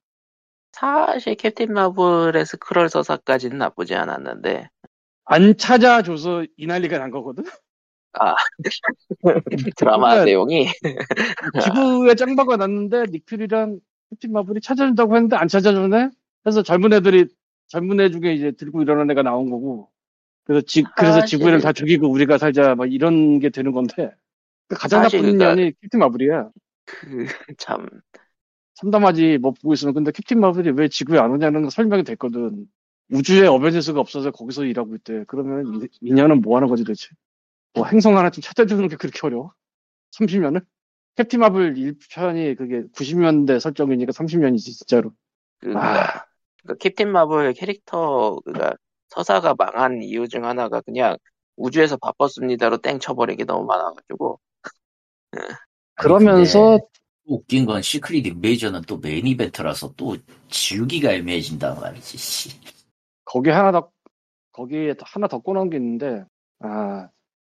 사실 캡틴 마블의 스크롤 서사까지는 나쁘지 않았는데 안 찾아줘서 이 난리가 난 거거든? 드라마 그러니까- 내용이 지구에 짱바가 났는데 닉퓨리랑 캡틴 마블이 찾아준다고 했는데 안 찾아주네. 그래서 젊은 애들이 젊은 애 중에 이제 들고 일어난 애가 나온 거고. 그래서 지 그래서 사실- 지구인을 다 죽이고 우리가 살자 막 이런 게 되는 건데 그 가장 사실 나쁜 그러니까- 년이 캡틴 마블이야. 참 참담하지 뭐 보고 있으면 근데 캡틴 마블이 왜 지구에 안 오냐는 거 설명이 됐거든. 우주에 어벤져스가 없어서 거기서 일하고 있대. 그러면 이- 인연은 뭐 하는 거지 도대체? 뭐 행성 하나 좀 찾아주는 게 그렇게 어려워? 30년을? 캡틴 마블 1편이 그게 90년대 설정이니까 30년이지 진짜로. 그, 아. 그 캡틴 마블 캐릭터 그가 서사가 망한 이유 중 하나가 그냥 우주에서 바빴습니다로 땡 쳐버린 게 너무 많아가지고 그러면서 웃긴 건 시크릿 인베이저는 또 메인 이벤트라서 또 지우기가 애매해진단 말이지. 씨. 거기 하나 더 거기에 또 하나 더 꽂아놓은 게 있는데 아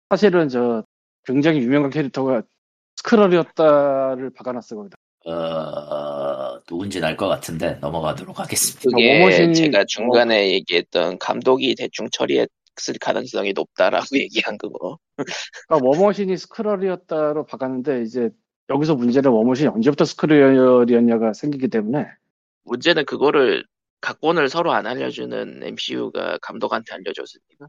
사실은 저 굉장히 유명한 캐릭터가 스크럴이었다를 박아놨어 거기다. 어, 누군지 알 것 같은데 넘어가도록 하겠습니다. 그게 모모신이- 어. 제가 중간에 얘기했던 감독이 대충 처리했을 가능성이 높다라고 얘기한 그거 그러니까 워머신이 스크럴이었다로 박았는데 이제 여기서 문제는 워머신이 언제부터 스크럴이었냐가 생기기 때문에 문제는 그거를 각본을 서로 안 알려주는 MCU가 감독한테 알려줬으니까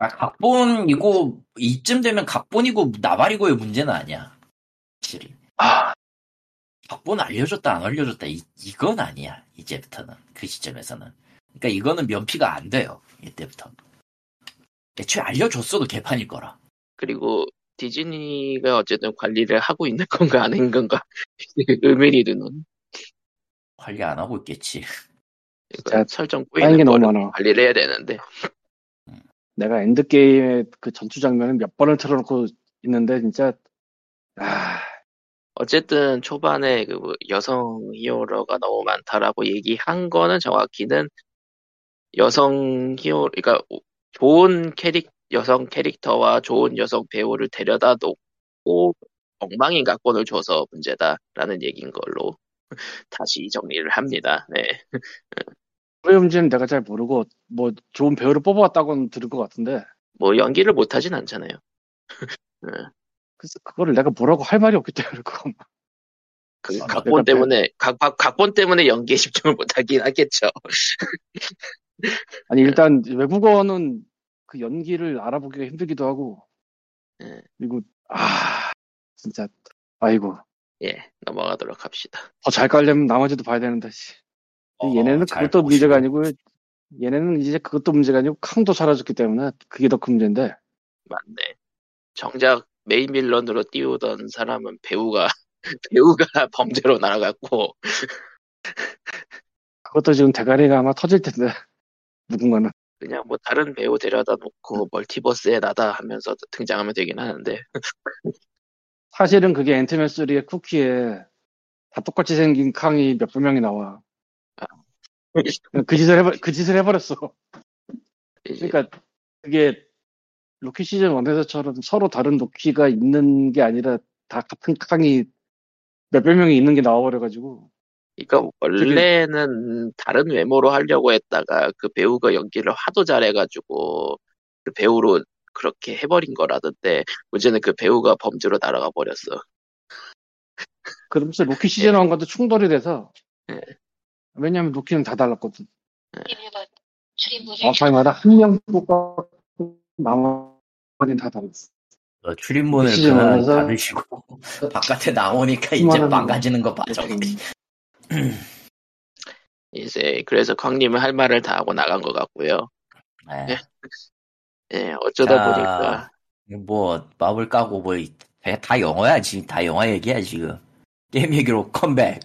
아, 각본이고 이쯤 되면 각본이고 나발이고의 문제는 아니야. 사실 아 각본 알려줬다 안 알려줬다 이, 이건 아니야. 이제부터는 그 시점에서는. 그러니까 이거는 면피가 안 돼요. 이때부터. 애초에 알려줬어도 개판일 거라. 그리고 디즈니가 어쨌든 관리를 하고 있는 건가 안 한 건가 의미리 두는 관리 안 하고 있겠지. 그러니까 진짜 설정 다른 꼬이는 게 너무 거를 많아. 관리를 해야 되는데 내가 엔드 게임의 그 전투 장면을 몇 번을 틀어놓고 있는데 진짜 아 어쨌든 초반에 그뭐 여성 히어로가 너무 많다라고 얘기한 거는 정확히는 여성 히어로, 그러니까 좋은 캐릭, 여성 캐릭터와 좋은 여성 배우를 데려다 놓고 엉망인 각본을 줘서 문제다라는 얘기인 걸로 다시 정리를 합니다. 네. 프로의 문제는 내가 잘 모르고 뭐 좋은 배우를 뽑아왔다고는 들은 것 같은데 뭐 연기를 못하진 않잖아요. 그래서 그거를 내가 뭐라고 할 말이 없기 때문에 그거 그 아, 각본 그러니까 배- 때문에, 각, 각- 각본 때문에 연기에 집중을 못하긴 하겠죠. 아니 일단 외국어는 그 연기를 알아보기가 힘들기도 하고 예. 그리고 아 진짜 아이고 예, 넘어가도록 합시다. 더 잘 깔려면 나머지도 봐야 되는데 씨. 근데 얘네는 어, 잘 그것도 문제가 보시고. 아니고 얘네는 이제 그것도 문제가 아니고 캉도 사라졌기 때문에 그게 더 큰 문제인데 맞네. 정작 메인 빌런으로 띄우던 사람은 배우가 배우가 범죄로 날아갔고 그것도 지금 대가리가 아마 터질 텐데 누군가는 그냥 뭐 다른 배우 데려다 놓고 멀티버스에 나다 하면서 등장하면 되긴 하는데 사실은 그게 앤트맨 3의 쿠키에 다 똑같이 생긴 캉이 몇 분명이 나와 그냥 그 짓을 해버 그 짓을 해버렸어 예. 이제 그러니까 그게 로키 시즌 1에서처럼 서로 다른 로키가 있는 게 아니라 다 같은 캉이 몇백 명이 있는 게 나와버려가지고 그러니까 원래는 다른 외모로 하려고 했다가 그 배우가 연기를 하도 잘해가지고 그 배우로 그렇게 해버린 거라던데 문제는 그 배우가 범죄로 날아가 버렸어. 그러면서 로키 시즌 1과도 충돌이 돼서 예. 왜냐면 로키는 다 달랐거든 출입문을 마파이마다 한명 뽑고 나머지는 다 달랐어 어, 출입문을 시즌 그날 원에서- 닫으시고 바깥에 나오니까 이제 그만하는 망가지는 거 봐줘. 이제 그래서 광님은 할 말을 다 하고 나간 것 같고요. 네. 예, 어쩌다 자, 보니까 뭐 마블 까고 뭐 다 영화야 지금 다 영화 얘기야 지금 게임 얘기로 컴백.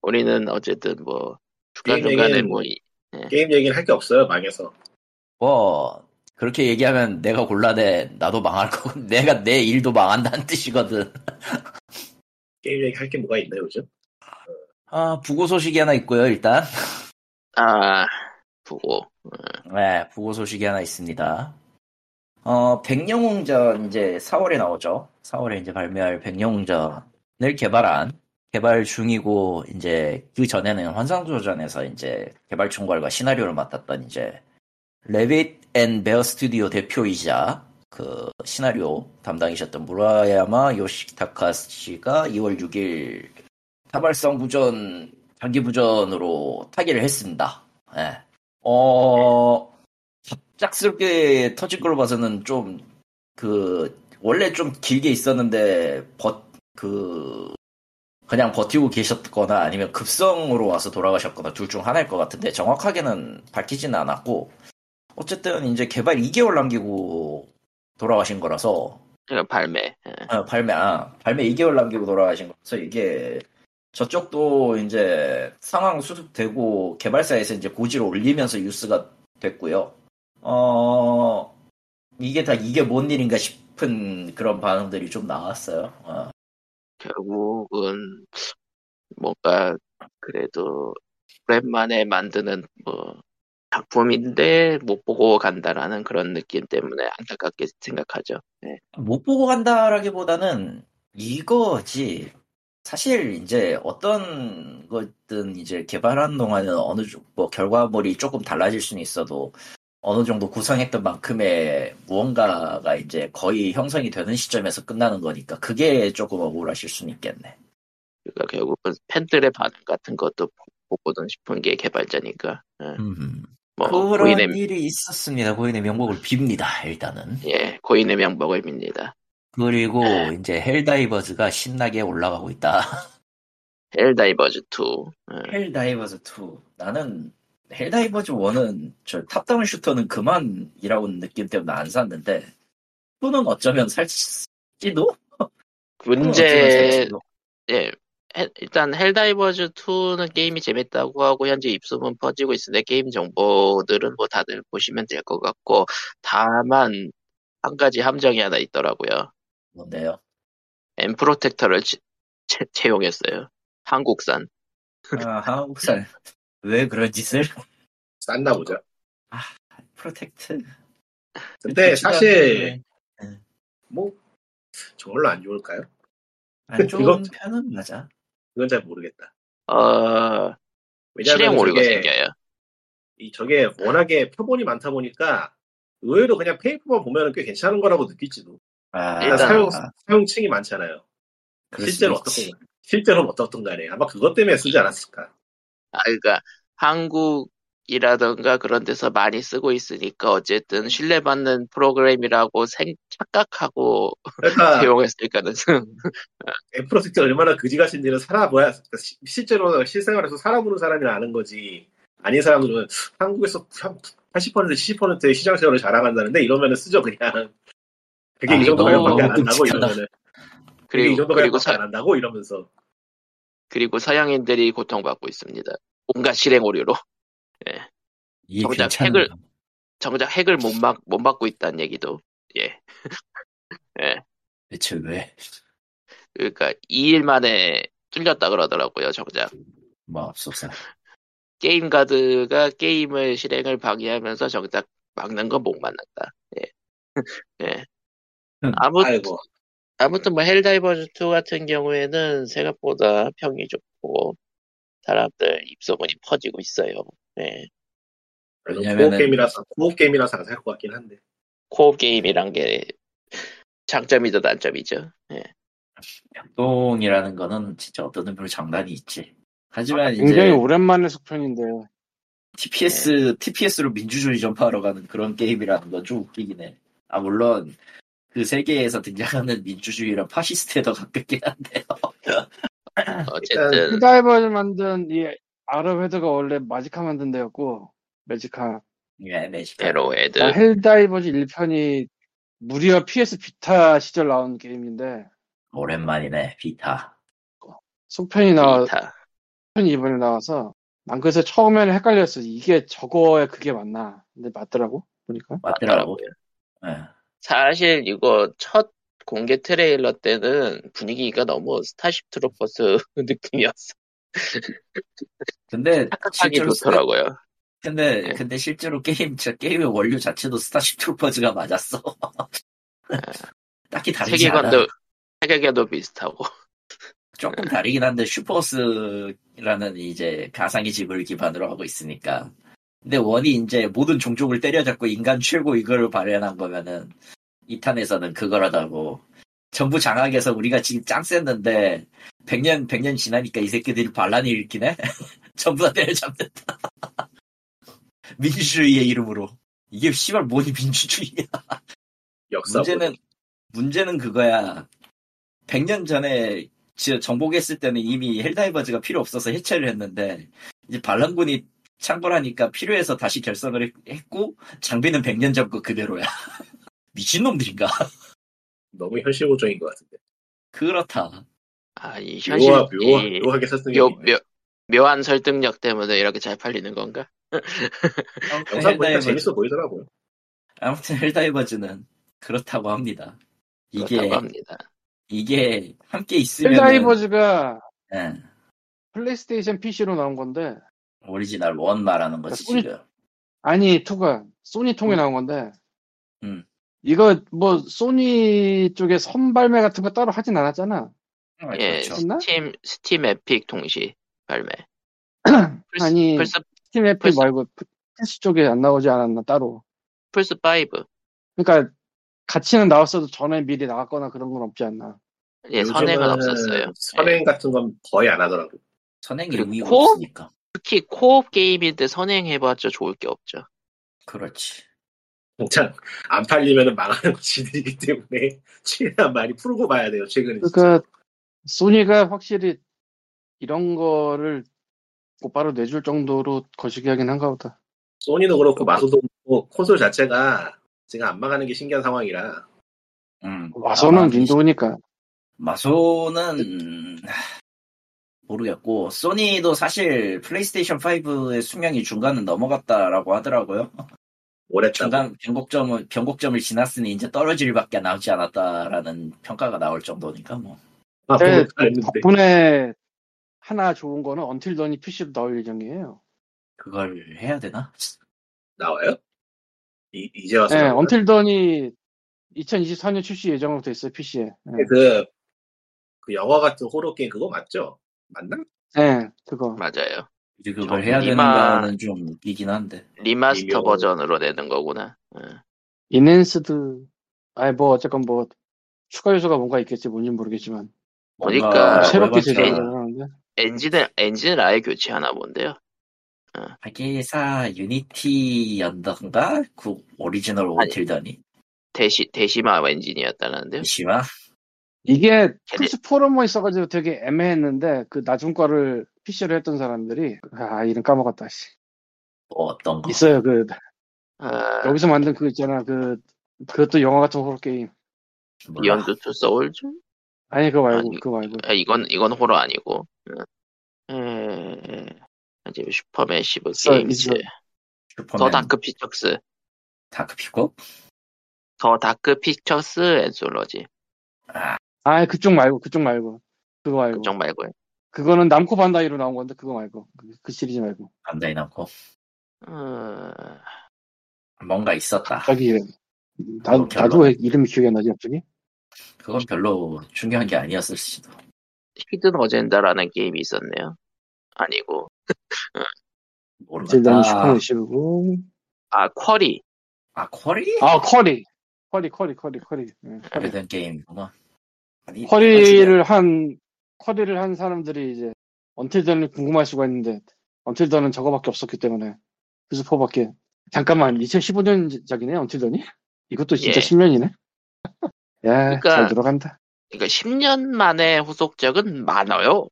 우리는 어쨌든 뭐 중간중간에 게임에겐 뭐 게임 얘기는 할 게 없어요 망해서 뭐 그렇게 얘기하면 내가 곤란해 나도 망할 거고 내가 내 일도 망한다는 뜻이거든. 게임 얘기 할 게 뭐가 있나요 요즘? 아 부고 소식이 하나 있고요 일단. 아, 보고 네 부고 소식이 하나 있습니다. 어 백령웅전 이제 4월에 나오죠. 4월에 이제 발매할 백령웅전을 개발한 개발 중이고 이제 그 전에는 환상조전에서 이제 개발 총괄과 시나리오를 맡았던 이제 레빗 앤 베어 스튜디오 대표이자 그 시나리오 담당이셨던 무라야마 요시타카 씨가 2월 6일 타발성 부전 장기 부전으로 타계를 했습니다. 예. 어 갑작스럽게 터진 걸로 봐서는 좀 그 원래 좀 길게 있었는데 버그 그냥 버티고 계셨거나 아니면 급성으로 와서 돌아가셨거나 둘 중 하나일 것 같은데 정확하게는 밝히지는 않았고 어쨌든 이제 개발 2개월 남기고 돌아가신 거라서 그러니까 발매. 예. 아, 발매, 아, 발매 2개월 남기고 돌아가신 거. 그래서 이게 저쪽도 이제 상황 수습되고 개발사에서 이제 고지를 올리면서 뉴스가 됐고요. 어, 이게 다 이게 뭔 일인가 싶은 그런 반응들이 좀 나왔어요. 어, 결국은 뭔가 그래도 오랜만에 만드는 뭐 작품인데 못 보고 간다라는 그런 느낌 때문에 안타깝게 생각하죠. 네. 못 보고 간다라기보다는 이거지. 사실 이제 어떤 것든 이제 개발하는 동안은 어느 정- 뭐 결과물이 조금 달라질 수는 있어도 어느 정도 구상했던 만큼의 무언가가 이제 거의 형성이 되는 시점에서 끝나는 거니까 그게 조금 억울하실 수는 있겠네. 그러니까 결국은 팬들의 반응 같은 것도 보고는 싶은 게 개발자니까. 예. 음. 뭐 그런 고인의 일이 있었습니다. 고인의 명복을 빕니다. 일단은. 예 고인의 명복을 빕니다. 그리고 네. 이제 헬다이버즈가 신나게 올라가고 있다. 헬다이버즈 2. 예. 헬다이버즈 2. 나는 헬다이버즈 1은 저 탑다운 슈터는 그만이라는 느낌 때문에 안 샀는데 2는 어쩌면 살지도? 문제 예. 헬- 일단 헬다이버즈 2는 게임이 재밌다고 하고 현재 입소문 퍼지고 있는데 게임 정보들은 뭐 다들 보시면 될 것 같고 다만 한 가지 함정이 하나 있더라고요. 뭔데요? 엠프로텍터를 치- 채- 채용했어요. 한국산. 아, 네. 한국살 왜 그런 짓을? 쌌나 보죠. 프로텍트? 근데 그치가 네. 사실 않는데 뭐 저걸로 안 좋을까요? 안 좋은 그거- 편은 맞아. 그건 잘 모르겠다. 어, 실행 왜냐면 오류가 저게 생겨요. 이 저게 워낙에 표본이 많다 보니까 의외로 그냥 페이퍼만 보면은 꽤 괜찮은 거라고 느낄지도. 아, 그냥 일단- 사용 아, 사용층이 많잖아요. 그럴 실제로 수도 있지. 어떻든 실제로 어떻든 간에 아마 그것 때문에 쓰지 않았을까. 아, 그러니까 한국이라던가 그런 데서 많이 쓰고 있으니까 어쨌든 신뢰받는 프로그램이라고 생, 착각하고 그러니까 채용했을 가능성. 애플로스트 얼마나 그지같은지는 살아봐야 그러니까 시- 실제로 실생활에서 살아보는 사람이 아는 거지. 아닌 사람들은 한국에서 한 80% 70%의 시장 세어를 자랑한다는데 이러면은 쓰죠 그냥. 그게 아, 이 정도 너무 가격밖에 안 한다고 끔찍하다. 이러면은 그게 이 그리고, 그리고 정도 가격밖에 서, 안 한다고 이러면서 그리고 서양인들이 고통받고 있습니다. 온갖 실행 오류로. 이게 정작 괜찮은 핵을- 거. 정작 핵을 못 막, 못 막고 있다는 얘기도. 예. 대체 왜? 그러니까 2일 만에 뚫렸다 그러더라고요, 정작. 뭐 마없소사 게임 가드가 게임을 실행을 방해하면서 정작 막는 건 못 막는다. 예. 예. 음. 아무, 아이고 아무튼 뭐 헬다이버즈 2 같은 경우에는 생각보다 평이 좋고 사람들 입소문이 퍼지고 있어요. 예. 그래도 왜냐면은- 코어 게임이라서 코어 게임이라서 안 살 것 같긴 한데 코어 게임이란 게 장점이자 단점이죠. 예. 협동이라는 거는 진짜 어떤 의미로 장단이 있지. 아, 하지만 이제 굉장히 오랜만에 속편인데 네. TPS TPS로 민주주의 전파하러 가는 그런 게임이라는 건 좀 웃기긴 해. 아 물론 그 세계에서 등장하는 민주주의란 파시스트에 더 가깝긴 한데요. 어쨌든 헬다이버를 만든 이 아랍헤드가 원래 마지카 만든 데였고 매지카 예, 매직. 네, 에로헤드 아, 헬다이버즈 1편이 무려 PS 비타 시절 나온 게임인데 오랜만이네 비타. 속편이 나와 기타 속편이 이번에 나와서 난 그래서 처음에는 헷갈렸어 이게 저거에 그게 맞나 근데 맞더라고 보니까 맞더라고. 맞더라고요. 예. 사실 이거 첫 공개 트레일러 때는 분위기가 너무 스타쉽 트로퍼스 느낌이었어. 근데 착각하기 실제로 아, 스타, 좋더라고요. 근데 네. 근데 실제로 게임 자- 게임의 원류 자체도 스타쉽 트루퍼즈가 맞았어. 딱히 다르지 않아. 네. 세계관도 세계관도 비슷하고 조금 다르긴 한데 슈퍼스라는 이제 가상의 집을 기반으로 하고 있으니까. 근데 원이 이제 모든 종족을 때려잡고 인간 최고 이걸 발현한 거면은 2탄에서는 그거라다고 전부 장악해서 우리가 지금 짱 쎘는데 100년 100년 지나니까 이 새끼들이 반란이 일으키네. 전부 다 때려잡는다. 민주주의의 이름으로. 이게 씨발 뭐니 민주주의야. 역사 문제는 문제는 그거야. 100년 전에 지- 정복했을 때는 이미 헬다이버즈가 필요 없어서 해체를 했는데 이제 반란군이 창궐하니까 필요해서 다시 결성을 했- 했고 장비는 100년 전 거 그대로야. 미친놈들인가? 너무 현실 고정인 것 같은데. 그렇다. 아이 현실 묘하, 묘하, 이 묘하게 썼던 묘, 게 묘, 묘한 설득력 때문에 이렇게 잘 팔리는 건가? 영상 보니까 헬다이버- 재밌어 보이더라고요. 아무튼 헬다이버즈는 그렇다고 합니다. 이게 그렇다고 합니다. 이게 함께 있으면 헬다이버즈가 플레이스테이션 PC로 나온 건데 오리지널 원 말하는 거지 소리- 지금. 아니 투가 소니 통에 나온 건데 음. 이거 뭐 소니 쪽에 선발매 같은 거 따로 하진 않았잖아. 아, 예, 그렇죠. 했나? 스팀 스팀 에픽 동시 발매. 플스, 아니 플스 스팀 에픽 벌써- 말고 PS 쪽에 안 나오지 않았나 따로. 플스 5. 그러니까 같이는 나왔어도 전에 미리 나왔거나 그런 건 없지 않나. 예, 선행은 없었어요. 선행 같은 건 거의 안 하더라고. 요 선행이 그리고 의미가 코어? 없으니까. 특히 코업 게임인데 선행해봤자 좋을 게 없죠. 그렇지. 진짜 안 팔리면 망하는 거 지들이기 때문에 최대한 많이 풀고 봐야 돼요. 최근에 진짜. 그러니까 소니가 확실히 이런 거를 곧바로 내줄 정도로 거시기하긴 한가 보다. 소니도 그렇고 마소도 그렇고 콘솔 자체가 지금 안 망하는 게 신기한 상황이라 음. 아마 와서는 윈도우니까. 마소는 모르겠고 소니도 사실 플레이스테이션 5의 수명이 중간은 넘어갔다라고 하더라고요. 그렇죠. 오랫동안 네. 중간 변곡점을 변곡점을 지났으니 이제 떨어질밖에 남지 않았다라는 평가가 나올 정도니까 뭐. 아, 네, 했는데 덕분에 하나 좋은 거는 언틸 던이 PC로 나올 예정이에요. 그걸 해야 되나? 나와요? 이, 이제 와서 네, 나와요? 언틸 던이 2024년 출시 예정으로 돼 있어요 PC에. 네, 그, 그 영화 같은 호러 게임 그거 맞죠? 맞나? 네, 그거. 맞아요. 이제 저 그걸 해야 이마- 되는가는 좀 웃기긴 한데. 리마스터 리묘. 버전으로 내는 거구나. 예. 응. 인핸스드. 아니 뭐 어쨌건 뭐 추가 요소가 뭔가 있겠지 뭔지 모르겠지만 뭔가 보니까 아, 새롭게 월반차 제작을 하는데 엔진을 엔진을 아예 교체하나 본데요. 자기사 유니티 연던가 그 오리지널 오틸더니 대시 대시마 엔진이었다는데요. 시마 이게 걔네- 플스 포럼에 있어가지고 되게 애매했는데 그 나중 거를 PC로 했던 사람들이 아 이름 까먹었다 씨 뭐 어떤 거 있어요 그 아, 여기서 만든 그거 있잖아 그 그것도 영화 같은 호러 게임 몰라. 비욘드 투 소울즈? 아니 그거 말고 아니, 그거 말고 아, 이건 이건 호러 아니고. 응. 에, 이제 슈퍼맨 시브 있어, 게임즈, 있어. 슈퍼맨 더 네. 다크 피처스, 다크피코 더 다크 피처스 앤솔로지 아 그쪽 말고 그쪽 말고 그거 말고 그쪽 말고요. 그거는 남코 반다이로 나온 건데 그거 말고 그, 그 시리즈 말고 반다이 남고 어, 뭔가 있었다. 저기 이름 결론. 나도 나도 왜 이름이 기억이 안 나지 갑자기 그건 별로 중요한 게 아니었을 수도. 히든 어젠다라는 게임이 있었네요. 아니고 제일 나는 모르겠다. 슈퍼맨 시브고 아 쿼리 아 쿼리? 아 커리 커리 커리 커리 예. 커리 응, 커리 오래된 게임이구나. 아니, 커리를 한 커리를 한 사람들이 이제 언틸던을 궁금할 수가 있는데 언틸던은 저거밖에 없었기 때문에 그 스포밖에 잠깐만 2015년작이네 언틸던이 이것도 진짜 예. 10년이네 야잘 그러니까- 들어간다 그러니까 10년 만에 후속작은 많아요.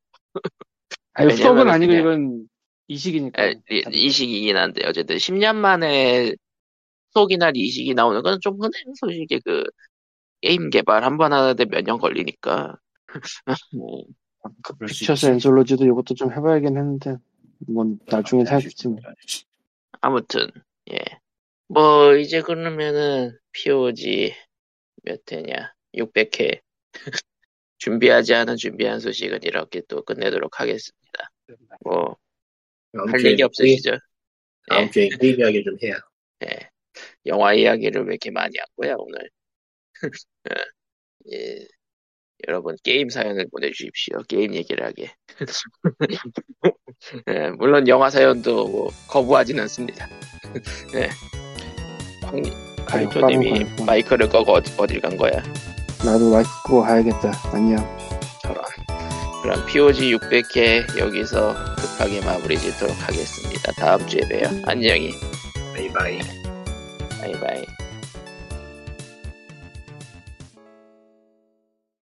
아니 왜냐면은 수업은 아니고 그냥- 이건 이식이니까 에, 예, 이- 이식이긴 한데 어쨌든 10년 만에 속이나 이식이 나오는 건 좀 흔해요. 솔직히 그 게임 개발 한 번 하는데 몇 년 걸리니까. 뭐, 그럴 수 피처스 있지. 엔솔로지도 이것도 좀 해봐야긴 했는데 뭐 나중에 아, 해야겠지 뭐 아무튼 예. 뭐 이제 그러면은 POG 몇 회냐? 600회. 준비하지 않은 준비한 소식은 이렇게 또 끝내도록 하겠습니다. 뭐 할 다음 얘기 없으시죠? 다음 예. 주에 게임 이야기 좀 해야. 예. 영화 이야기를 왜 이렇게 많이 한 거야, 오늘? 어, 예. 여러분, 게임 사연을 보내주십시오. 게임 얘기를 하게. 예, 물론 영화 사연도 뭐 거부하진 않습니다. 예. 황, 아유, 카리토님이 빠른 거. 마이크를 끄고 어디- 어딜 간 거야? 나도 마이크 끄고 가야겠다 안녕 저런. 그럼 POG 600회 여기서 급하게 마무리 짓도록 하겠습니다. 다음 주에 봬요. 안녕히. 바이바이. 바이바이.